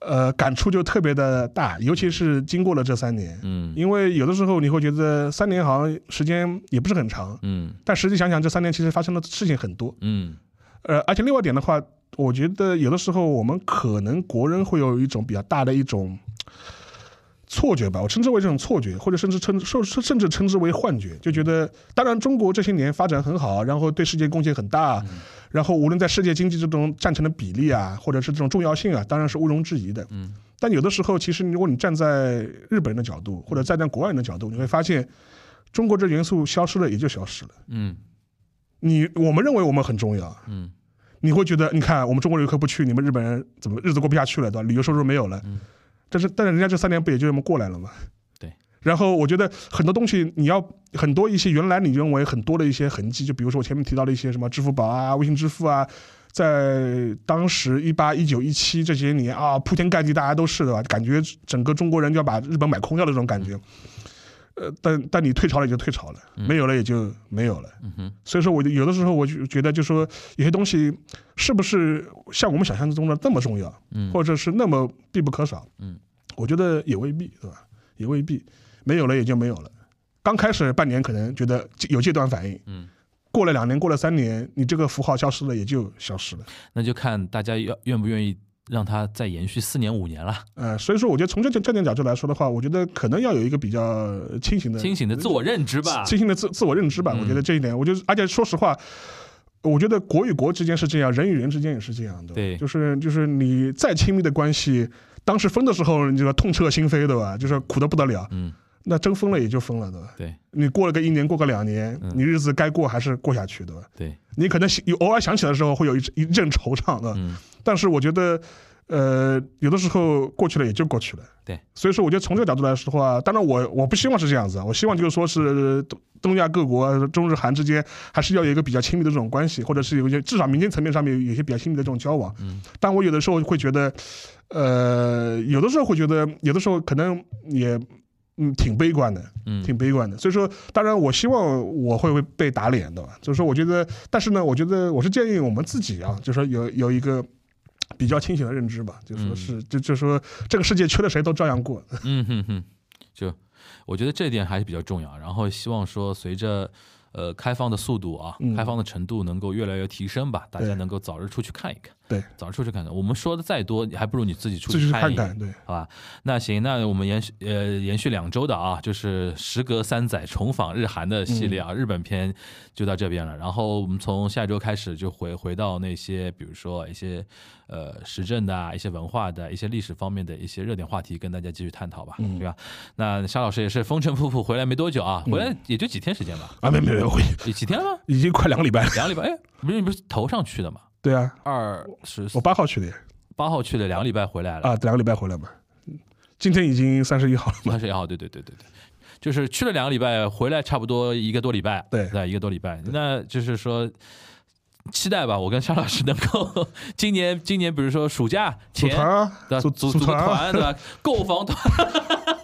Speaker 4: 呃，感触就特别的大，尤其是经过了这三年，
Speaker 5: 嗯
Speaker 4: 因为有的时候你会觉得三年好像时间也不是很长，
Speaker 5: 嗯
Speaker 4: 但实际想想，这三年其实发生的事情很多，
Speaker 5: 嗯
Speaker 4: 呃，而且另外一点的话，我觉得有的时候我们可能国人会有一种比较大的一种错觉吧，我称之为这种错觉，或者甚至称甚甚至称之为幻觉，就觉得当然中国这些年发展很好，然后对世界贡献很大，然后无论在世界经济这种占成的比例啊，或者是这种重要性啊，当然是毋庸置疑的。嗯。但有的时候，其实如果你站在日本人的角度，或者站在国外人的角度，你会发现，中国这元素消失了也就消失了。
Speaker 5: 嗯
Speaker 4: 你我们认为我们很重要，
Speaker 5: 嗯，
Speaker 4: 你会觉得你看我们中国游客不去，你们日本人怎么日子过不下去了，对吧？旅游收入没有了，但是但是人家这三年不也就这么过来了吗？
Speaker 5: 对。
Speaker 4: 然后我觉得很多东西你要很多一些原来你认为很多的一些痕迹，就比如说我前面提到的一些什么支付宝啊、微信支付啊。在当时一八一九一七这些年啊，铺天盖地，大家都是的吧？感觉整个中国人就要把日本买空掉的这种感觉。呃，但但你退潮了也就退潮了，没有了也就没有了。所以说，我就有的时候我就觉得，就说有些东西是不是像我们想象中的那么重要，
Speaker 5: 嗯
Speaker 4: 或者是那么必不可少？
Speaker 5: 嗯，
Speaker 4: 我觉得也未必，对吧？也未必，没有了也就没有了。刚开始半年可能觉得有戒断反应，
Speaker 5: 嗯，
Speaker 4: 过了两年，过了三年，你这个符号消失了也就消失了。
Speaker 5: 那就看大家要愿不愿意让它再延续四年五年了。
Speaker 4: 呃，所以说，我觉得从这这这点角度来说的话，我觉得可能要有一个比较清醒的
Speaker 5: 清醒的自我认知吧。嗯
Speaker 4: 清醒的自自我认知吧。我觉得这一点，我就而且说实话，我觉得国与国之间是这样，人与人之间也是这样的。
Speaker 5: 对
Speaker 4: 就是就是你再亲密的关系，当时分的时候，你就痛彻心扉，对吧？就是苦的不得了。
Speaker 5: 嗯，
Speaker 4: 那真分了也就分了，对吧？
Speaker 5: 对嗯
Speaker 4: 你过了个一年，过个两年，你日子该过还是过下去，对吧？
Speaker 5: 对，
Speaker 4: 你可能想有偶尔想起来的时候会有一一阵惆怅啊，
Speaker 5: 嗯
Speaker 4: 但是我觉得，呃，有的时候过去了也就过去了。
Speaker 5: 对，
Speaker 4: 所以说我觉得从这个角度来说的话，当然我我不希望是这样子啊，我希望就是说是东东亚各国中日韩之间还是要有一个比较亲密的这种关系，或者是有一些至少民间层面上面有一些比较亲密的这种交往。嗯，但我有的时候会觉得，呃，有的时候会觉得，有的时候可能也嗯，挺悲观的，嗯，挺悲观的。所以说，当然，我希望我会会被打脸的吧。就是说，我觉得，但是呢，我觉得我是建议我们自己啊，就是说有有一个比较清醒的认知吧，就是说是、就就说这个世界缺了谁都照样过。
Speaker 5: 嗯哼哼，就我觉得这点还是比较重要。然后希望说随着呃开放的速度啊，开放的程度能够越来越提升吧，大
Speaker 4: 嗯
Speaker 5: 家
Speaker 4: 对
Speaker 5: 能够早日出去看一看，
Speaker 4: 对，
Speaker 5: 早日出去看看。我们说的再多，还不如你自己出
Speaker 4: 这就是
Speaker 5: 去
Speaker 4: 看
Speaker 5: 一
Speaker 4: 看，对，
Speaker 5: 好吧，那行，那我们延续呃延续两周的啊，就是时隔三载重访日韩的系列啊，日本篇就到这边了。然后我们从下周开始就回回到那些，比如说一些呃时政的、啊、一些文化的、一些历史方面的一些热点话题，跟大家继续探讨吧，对吧？那沙老师也是风尘仆仆回来没多久啊，回来也就几天时间吧，
Speaker 4: 啊，没没没，我
Speaker 5: 也几天了吗？
Speaker 4: 已经快两个礼拜了。
Speaker 5: 两个礼拜？哎，不是你不是头上去的吗？
Speaker 4: 对啊，
Speaker 5: 二十
Speaker 4: 我八号去的呀
Speaker 5: 八号去的，两个礼拜回来了。
Speaker 4: 啊，两个礼拜回来嘛。今天已经三十一 号了嘛。
Speaker 5: 三十一号，哦对对对对对，就是去了两个礼拜，回来差不多一个多礼拜，
Speaker 4: 对
Speaker 5: 对，一个多礼拜。那就是说，期待吧，我跟沙老师能够今年今年，比如说暑假
Speaker 4: 组
Speaker 5: 前
Speaker 4: 团啊
Speaker 5: 对吧，
Speaker 4: 组
Speaker 5: 组
Speaker 4: 组
Speaker 5: 个
Speaker 4: 团啊，
Speaker 5: 团 对吧？购房团，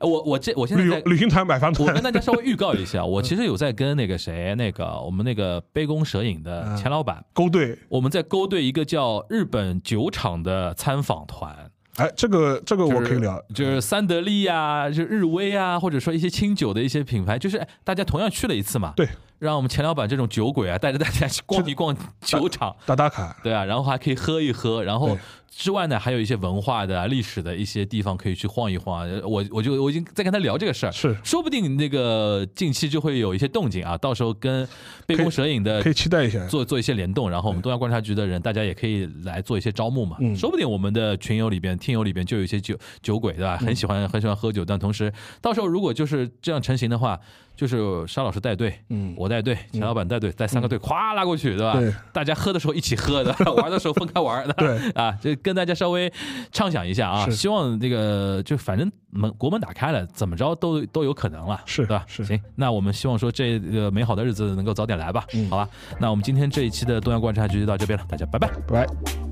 Speaker 5: 我我这我现在
Speaker 4: 旅游
Speaker 5: 在
Speaker 4: 旅行团、买房
Speaker 5: 我
Speaker 4: 团嗯
Speaker 5: 跟，大家稍微预告一下，我其实有在跟那个谁，那个我们那个杯弓蛇影
Speaker 4: 嗯
Speaker 5: 的钱老板，
Speaker 4: 勾兑。
Speaker 5: 我们在勾兑一个叫日本酒厂的参访团。
Speaker 4: 哎，这个这个
Speaker 5: 就
Speaker 4: 我
Speaker 5: 是
Speaker 4: 可以聊。嗯
Speaker 5: 就是三得利啊，就是日威啊，或者说一些清酒的一些品牌，就是哎大家同样去了一次嘛。
Speaker 4: 对，
Speaker 5: 让我们钱老板这种酒鬼啊，带着大家去逛一逛酒厂，
Speaker 4: 打打卡，
Speaker 5: 对啊，然后还可以喝一喝，然后
Speaker 4: 嗯对
Speaker 5: 之外呢，还有一些文化的啊、历史的一些地方可以去晃一晃啊。我我就我已经在跟他聊这个事儿，
Speaker 4: 是
Speaker 5: 说不定那个近期就会有一些动静啊，到时候跟杯弓蛇影的
Speaker 4: 可以期待一下。
Speaker 5: 做做一些联动，然后我们东亚观察局的人，大家也可以来做一些招募嘛，
Speaker 4: 嗯
Speaker 5: 说不定我们的群友里边、听友里边就有一些酒酒鬼，对吧？
Speaker 4: 嗯
Speaker 5: 很喜欢、很喜欢喝酒，但同时到时候如果就是这样成型的话，就是沙老师带队，
Speaker 4: 嗯
Speaker 5: 我带队，钱老板带队，带三个队，咵拉过去，对 吧？
Speaker 4: 对
Speaker 5: 大家喝的时候一起喝的，玩的时候分开玩的，
Speaker 4: 对
Speaker 5: 啊，就跟大家稍微畅想一下啊，
Speaker 4: 是
Speaker 5: 希望这个就反正门国门打开了，怎么着都都有可能了，
Speaker 4: 是
Speaker 5: 对吧？
Speaker 4: 是
Speaker 5: 行，那我们希望说这个美
Speaker 4: 嗯
Speaker 5: 好的日子能够早点来吧，好吧？那我们今天这一期的东阳观察局就到这边了，大家拜拜。
Speaker 4: 拜拜。